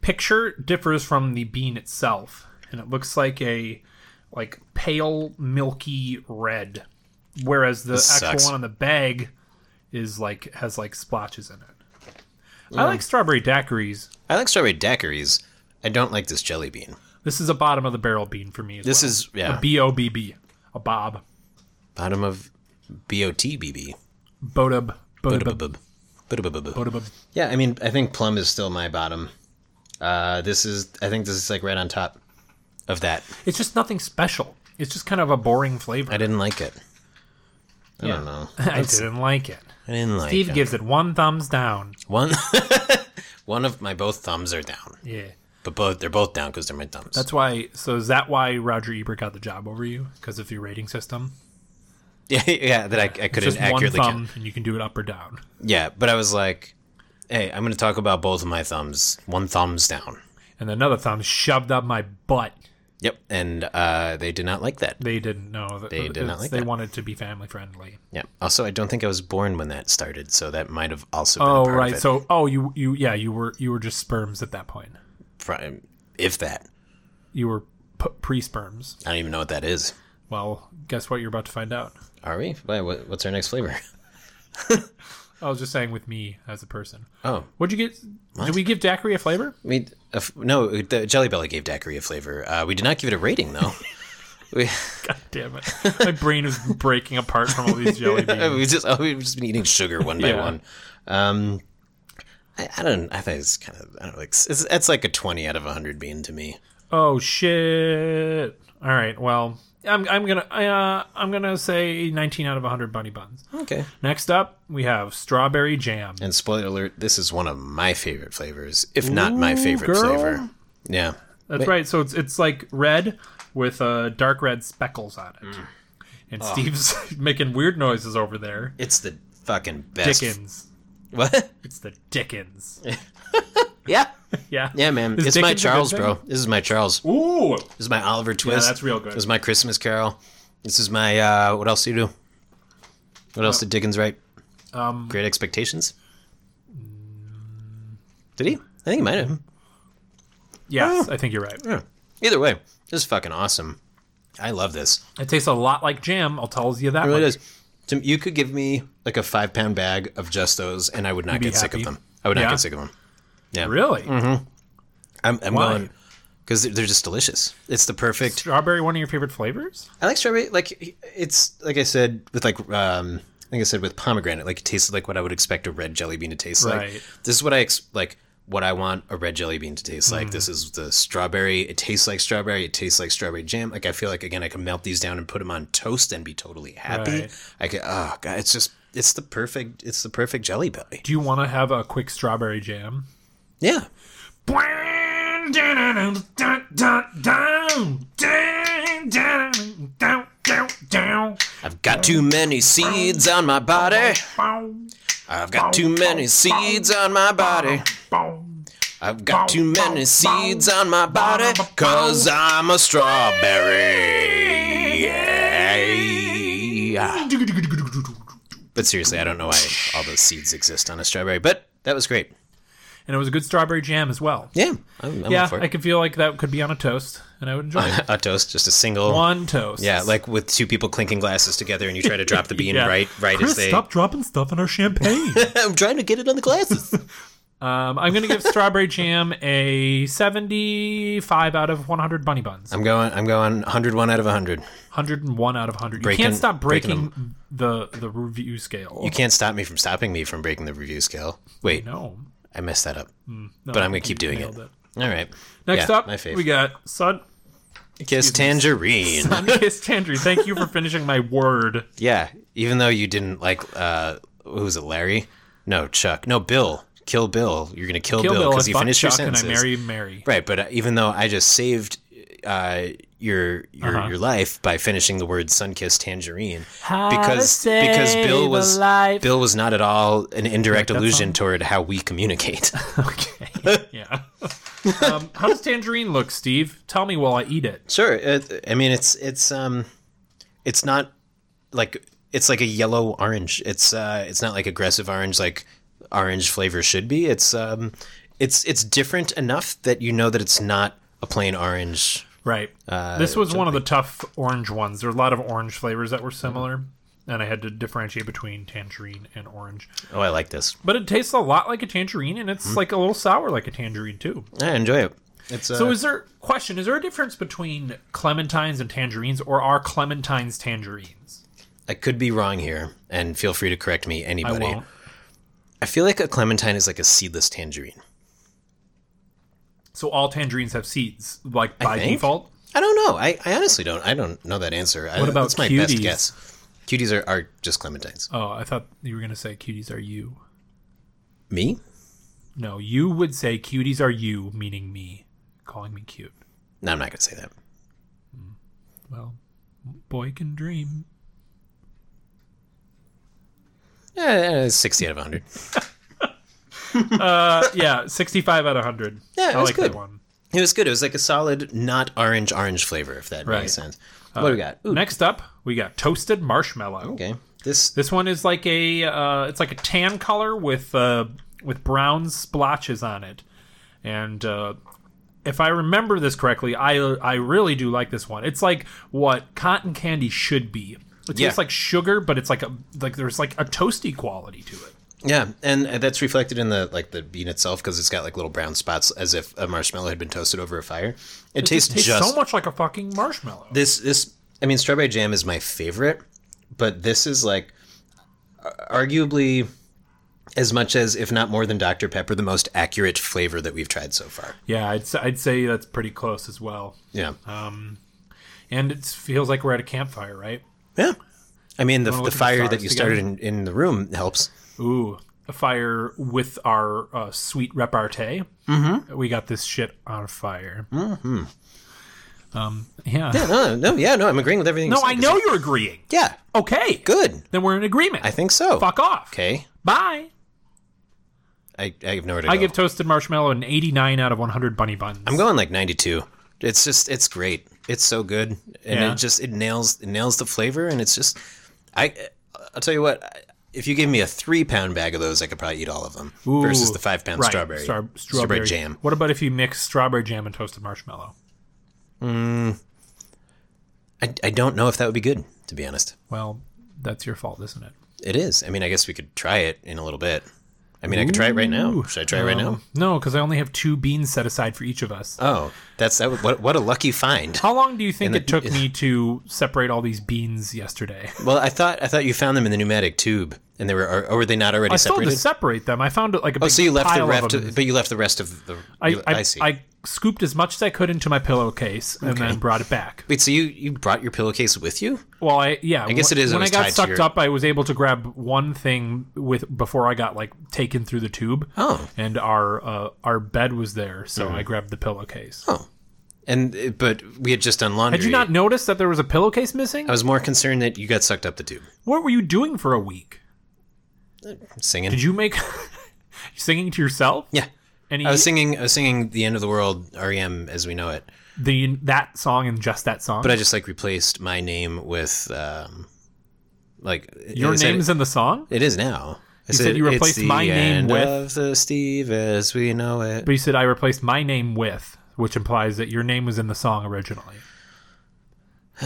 picture differs from the bean itself, and it looks like a like pale milky red, whereas the This actual sucks. one on the bag is like has like splotches in it. I like strawberry daiquiris. I like strawberry daiquiris. I don't like this jelly bean. This is a bottom of the barrel bean for me. As This well. is yeah a B O B B, a bob, bottom of BOTBB. bodub, bodub, Ba-da-ba-bub. Ba-da-ba-bub. bodub. Yeah, I mean, I think plum is still my bottom. Uh, this is, I think this is like right on top of that. It's just nothing special. It's just kind of a boring flavor. I didn't like it. I don't know. I didn't like it. I didn't like Steve it. gives it one thumbs down. One, one of my both thumbs are down, Yeah. but both they're both down because they're my thumbs. That's why. So is that why Roger Ebert got the job over you? Because of your rating system? yeah, yeah. That I, I It's couldn't just one accurately. count. thumb, and you can do it up or down. Yeah, but I was like, hey, I'm going to talk about both of my thumbs. One thumb's down. And another thumb shoved up my butt. Yep. And uh, they did not like that. They didn't know. That They did not it's- like They that. wanted to be family friendly. Yeah. Also, I don't think I was born when that started, so that might have also been a Oh part right. of it. So oh you you yeah you were you were just sperms at that point. Pri- if that. You were p- pre sperms. I don't even know what that is. Well, guess what? You're about to find out. Are we? Why, what, what's our next flavor? I was just saying with me as a person. Oh, What'd you get? Did we give daiquiri a flavor? I mean, a f- no, uh, the Jelly Belly gave daiquiri a flavor. Uh, we did not give it a rating, though. we, Damn it. My brain is breaking apart from all these jelly beans. we just, oh, we've just been eating sugar one by Yeah. one. Um, I, I don't. I think it's kind of. I don't like. It's, it's like a twenty out of hundred bean to me. Oh shit. All right. Well, I'm I'm going to uh, I'm going to say 19 out of 100 bunny buns. Okay. Next up, we have strawberry jam. And spoiler alert: this is one of my favorite flavors, if not my favorite girl. flavor. Yeah. That's right. So it's it's like red with uh, dark red speckles on it. Mm. And Oh. Steve's making weird noises over there. It's the fucking best. Dickens. What? It's the Dickens. Yeah. Yeah. Yeah, man. Is it's my Dickens a good Charles, thing? bro. This is my Charles. Ooh. This is my Oliver Twist. that's real good. This is my Christmas Carol. This is my uh, what else do you do? What Uh, else did Dickens write? Um, Great Expectations. Did he? I think he might have. Yes, Ah. I think you're right. Yeah. Either way, this is fucking awesome. I love this. It tastes a lot like jam. I'll tell you that. It really much. does. Tim, you could give me like a five pound bag of just those, and I would not be get sick of happy. them. I would not Yeah? get sick of them. Yeah, Really? I'm, I'm Why? going because they're, they're just delicious. It's the perfect. Strawberry, one of your favorite flavors? I like strawberry. Like it's like I said with like um, I think I said with pomegranate. Like it tasted like what I would expect a red jelly bean to taste Right. like. This is what I ex- like. what I want a red jelly bean to taste Mm. like. This is the strawberry. It tastes like strawberry. It tastes like strawberry jam. Like I feel like again, I can melt these down and put them on toast and be totally happy. Right. I could. Oh god, it's just it's the perfect. It's the perfect jelly belly. Do you want to have a quick strawberry jam? Yeah. I've got too many seeds on my body. I've got too many seeds on my body. I've got too many seeds on my body. Cause I'm a strawberry. Yeah. But seriously, I don't know why all those seeds exist on a strawberry. But that was great. And it was a good strawberry jam as well. Yeah. I'm, I'm Yeah, up for I it. could feel like that could be on a toast, and I would enjoy it. A toast, just a single. One toast. Yeah, like with two people clinking glasses together, and you try to drop the bean Yeah. right, right Chris, as they. stop dropping stuff in our champagne. I'm trying to get it on the glasses. um, I'm gonna give strawberry jam a 75 out of 100 bunny buns. I'm going. I'm going 101 out of 100. 101 out of 100. Breaking- you can't stop breaking breaking, the the review scale. You can't stop me from stopping me from breaking the review scale. Wait, No. I messed that up. No, But I'm I gonna think keep you doing it. nailed All right. Next Yeah, up, my fave. we got Sun Kiss Tangerine. Kiss Tangerine. Thank you for finishing my word. yeah, even though you didn't like, uh, who was it, Larry? No, Chuck. No, Bill. Kill Bill. You're gonna kill, Kill Bill, because I you fuck finished your Chuck and I sentences. marry Mary. Right, but uh, even though I just saved uh, your your Uh-huh. your life by finishing the word "sunkissed tangerine," because because Bill was Bill was not at all an indirect allusion toward how we communicate. Okay. yeah. Um, how does tangerine look, Steve? Tell me while I eat it. sure, it, I mean it's it's um it's not like it's like a yellow orange. It's uh it's not like aggressive orange like orange flavor should be. It's um it's it's different enough that you know that it's not a plain orange. Right. Uh, this was one of the tough orange ones. There are a lot of orange flavors that were similar, and I had to differentiate between tangerine and orange. Oh, I like this. But it tastes a lot like a tangerine, and Hmm. it's like a little sour like a tangerine too. I enjoy it. It's uh, So, is there question? Is there a difference between clementines and tangerines, or are clementines tangerines? I could be wrong here, and feel free to correct me, I anybody. I, won't. feel like a clementine is like a seedless tangerine. So all tangerines have seeds, like by think. default. I don't know. I, I honestly don't. I don't know that answer. I, What about that's my cuties? best guess. Cuties are, are just clementines. Oh, I thought you were gonna say cuties are you. Me? No, you would say cuties are you, meaning me, calling me cute. No, I'm not gonna say that. Well, boy can dream. Eh, eh, sixty out of hundred. Uh, yeah, sixty-five out of hundred. Yeah, it I was like good. that one. It was good. It was like a solid, not orange, orange flavor. If that Right. makes sense. what do we got? Ooh, Next up, we got toasted marshmallow. okay. This This one is like a uh, it's like a tan color with uh, with brown splotches on it, and uh, if I remember this correctly, I I really do like this one. It's like what cotton candy should be. It tastes Yeah. like sugar, but it's like a like there's like a toasty quality to it. Yeah, and uh, that's reflected in the like the bean itself because it's got like little brown spots as if a marshmallow had been toasted over a fire. It, tastes, It tastes just so much like a fucking marshmallow. this this I mean strawberry jam is my favorite, but this is like a- arguably as much as if not more than Dr Pepper the most accurate flavor that we've tried so far. Yeah, I'd s- I'd say that's pretty close as well. Yeah. And it feels like we're at a campfire, right? yeah. I mean the, look the at the fire that stars you started in, in the room helps. Ooh, a fire with our uh, sweet repartee. Mm-hmm. We got this shit on fire. Mm-hmm. Um, yeah. No, no, yeah, no, I'm agreeing with everything. you No, said I 'cause know you- you're agreeing. Yeah. Okay, Good. Then we're in agreement. I think so. Fuck off. Okay. Bye. I, I have nowhere to I go. give toasted marshmallow an 89 out of 100 bunny buns. I'm going like 92. It's just it's great. It's so good, and Yeah. it just it nails it nails the flavor, and it's just I I'll tell you what. I- If you gave me a three pound bag of those, I could probably eat all of them versus the five pound Right, strawberry, stra- strawberry strawberry jam. What about if you mix strawberry jam and toasted marshmallow? I I don't know if that would be good to be honest. Well, that's your fault, isn't it? It is. I mean, I guess we could try it in a little bit. I mean, I could try it right now. Should I try it right now? No, because I only have two beans set aside for each of us. Oh, that's that. would- What what a lucky find. How long do you think And it the- took me to separate all these beans yesterday? Well, I thought I thought you found them in the pneumatic tube, and they were or, or were they not already I still had separated? to separate them. I found like a big oh, so you left the pile of rest, them. but you left the rest of the. I, you- I, I see. I scooped as much as I could into my pillowcase and then brought it back. Wait, so you you brought your pillowcase with you? Well, I yeah. I guess it is, it When I was tied got to sucked your- up, I was able to grab one thing with before I got like taken through the tube. Oh. and our uh, our bed was there, so Mm-hmm. I grabbed the pillowcase. Oh, and uh, but we had just done laundry. Did you not notice that there was a pillowcase missing? I was more concerned that you got sucked up the tube What were you doing for a week? singing. Did you make singing to yourself? Yeah, Any I was singing. I was singing the end of the world REM as we know it, the that song and just that song? but I just like replaced my name with um, like Your I said- name's in the song, It is now. I You said you "It's replaced the my name end with- of the Steve as we know it. but you said I replaced my name with, which implies that your name was in the song originally.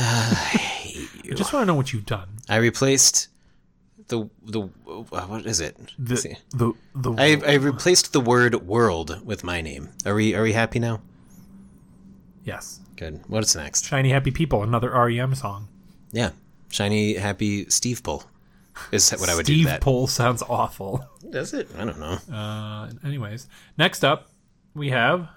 I just want to know what you've done. I replaced the the uh, what is it? The See. the the I, I replaced the word world with my name. Are we are we happy now? yes, Good. What's next? shiny happy people, another REM song. Yeah, shiny happy Steve Pull is what I would Steve do that. Pohl sounds awful. Does it? I don't know. Uh, anyways, next up we have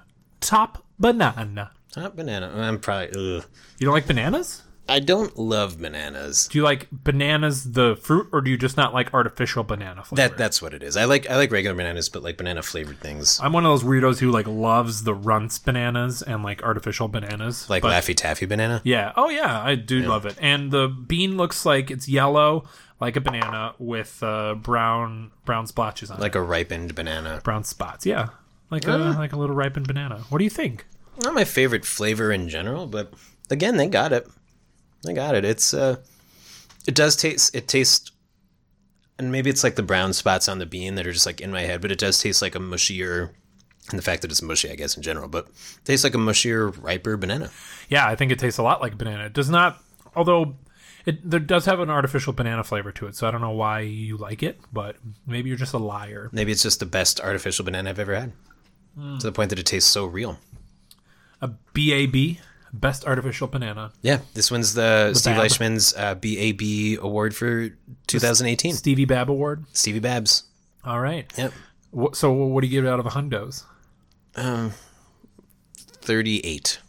Top Banana. Not banana. I'm probably. Ugh. You don't like bananas? I don't love bananas. Do you like bananas the fruit, or do you just not like artificial banana flavor? That that's what it is. I like I like regular bananas, but like banana flavored things I'm one of those weirdos who like loves the runts bananas and like artificial bananas. like but- Laffy Taffy banana. Yeah. Oh yeah, I do love it. And the bean looks like it's yellow, like a banana with uh, brown brown splotches on it. Like a ripened banana. brown spots. Yeah. Like a like a little ripened banana. What do you think? not my favorite flavor in general, but again, they got it. They got it. It's uh, it does taste. It tastes, and maybe it's like the brown spots on the bean that are just like in my head, but it does taste like a mushier. And the fact that it's mushy, I guess, in general, but it tastes like a mushier, riper banana. Yeah, I think it tastes a lot like banana. It does not, although it there does have an artificial banana flavor to it. So I don't know why you like it, but maybe you're just a liar. Maybe it's just the best artificial banana I've ever had, to the point that it tastes so real. A BAB, best artificial banana. Yeah, this one's the, Steve Bab. Leishman's uh, BAB award for 2018. Stevie Bab Award. Stevie Babs. All right. Yep, Wh- So what do you give it out of a hundos? 38.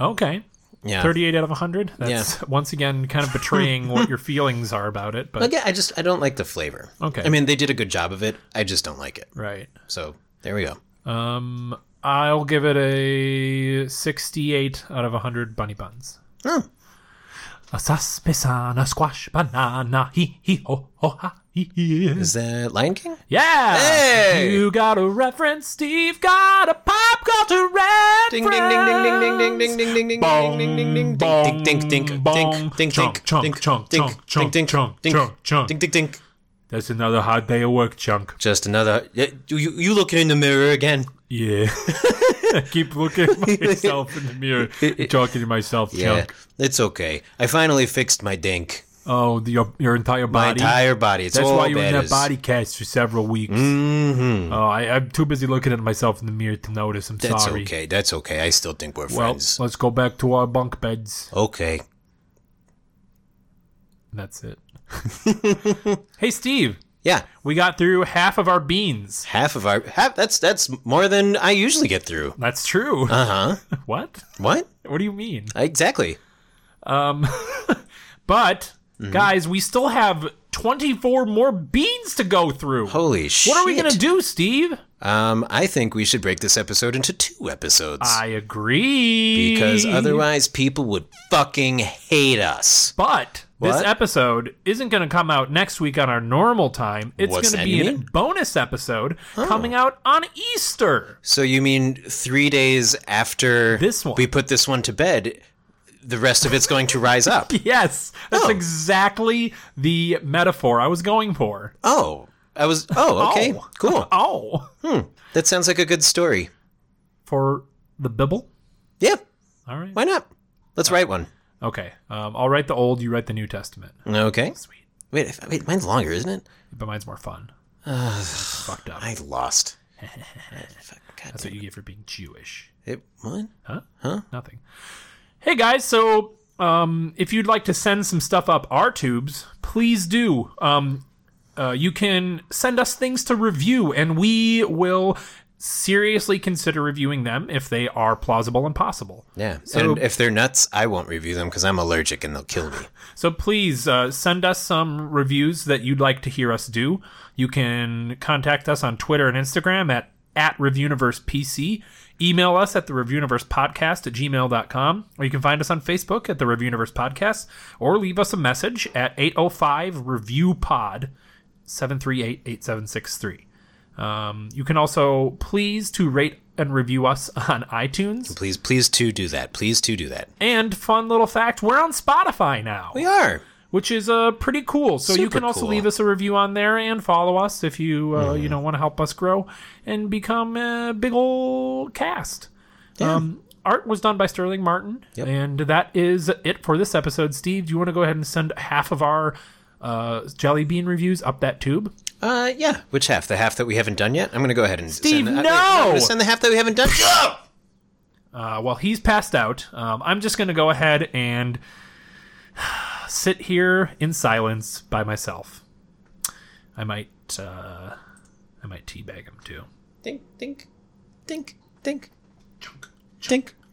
Okay. Yeah, 38 out of 100. That's once again kind of betraying what your feelings are about it, but Okay, I just I don't like the flavor. Okay. I mean, they did a good job of it. I just don't like it. right. So there we go. Um I'll give it a 68 out of 100 bunny buns. Oh, A suspicana squash banana hee hee ho ho ha hee hee. is that Lion King? Yeah. Hey! You got a reference, Steve got a pop culture reference. Ding ding ding ding ding ding ding ding ding ding ding Bong, ding ding ding ding bong, ding ding ding bong. ding ding Chunk, chunk, ding chunk, ding chunk, chunk, ding chunk, ding chunk, chunk. ding ding ding. That's another hard day of work chunk. Just another. Yeah, You you you looking in the mirror again? Yeah. I keep looking at myself in the mirror, and talking to myself Yeah, chunk. it's okay. I finally fixed my dink. Oh, the, your your entire My body. entire body. It's That's all why you were in bad that as- body cast for several weeks. Mhm. Oh, I, I'm too busy looking at myself in the mirror to notice. I'm That's sorry. okay. That's okay. I still think we're Well, friends. let's go back to our bunk beds. Okay. That's it. hey, Steve, Yeah. we got through half of our beans. half of our half that's that's more than i usually get through That's true. uh-huh what? what What do you mean? exactly Um, but Mm-hmm. guys, we still have 24 more beans to go through. holy shit what are we gonna do, Steve? um i think we should break this episode into two episodes I agree. because otherwise people would fucking hate us But this What? episode isn't going to come out next week on our normal time. It's What's going to that be you a mean? bonus episode coming out on Easter. so you mean three days after This one. we put this one to bed the rest of it's going to rise up Yes, that's Oh. exactly the metaphor I was going for. oh i was oh okay Oh. cool Hmm. Oh, that sounds like a good story for the Bible. yeah All right. why not let's write one Okay. Um, I'll write the Old. You write the New Testament. okay Sweet, wait if- wait mine's longer isn't it but mine's more fun. fucked up. I lost. Fuck, God That's damn what you get for being Jewish. it. What? Huh? Huh? Nothing. Hey guys, so um, if you'd like to send some stuff up our tubes, please do. Um, uh, you can send us things to review, and we will seriously consider reviewing them if they are plausible and possible. Yeah. So- and if they're nuts, I won't review them because I'm allergic and they'll kill me. So please uh, send us some reviews that you'd like to hear us do. You can contact us on Twitter and Instagram at, at ReviewUniversePC. Email us at the Podcast at gmail.com. Or you can find us on Facebook at the Reviewuniverse Podcast. Or leave us a message at 805 Review Pod 738 8763. Um, you can also please to rate and review us on iTunes. Please, please, to do that. Please, to do that. And fun little fact, we're on Spotify now We are. which is uh, pretty cool. So you Super can also cool. Mm-hmm. leave us a review on there and follow us if you uh, you know want to help us grow and become a big old cast. Um, art was done by Sterling Martin, Yep. and that is it for this episode. Steve, do you want to go ahead and send half of our uh, jelly bean reviews up that tube? Uh, yeah. Which half? The half that we haven't done yet? I'm gonna go ahead and Steve, Send the, no! I'm gonna send the half that we haven't done. Uh, while he's passed out, um, I'm just going to go ahead and sit here in silence by myself. I might uh, I might teabag him too. think, think, think, think, think.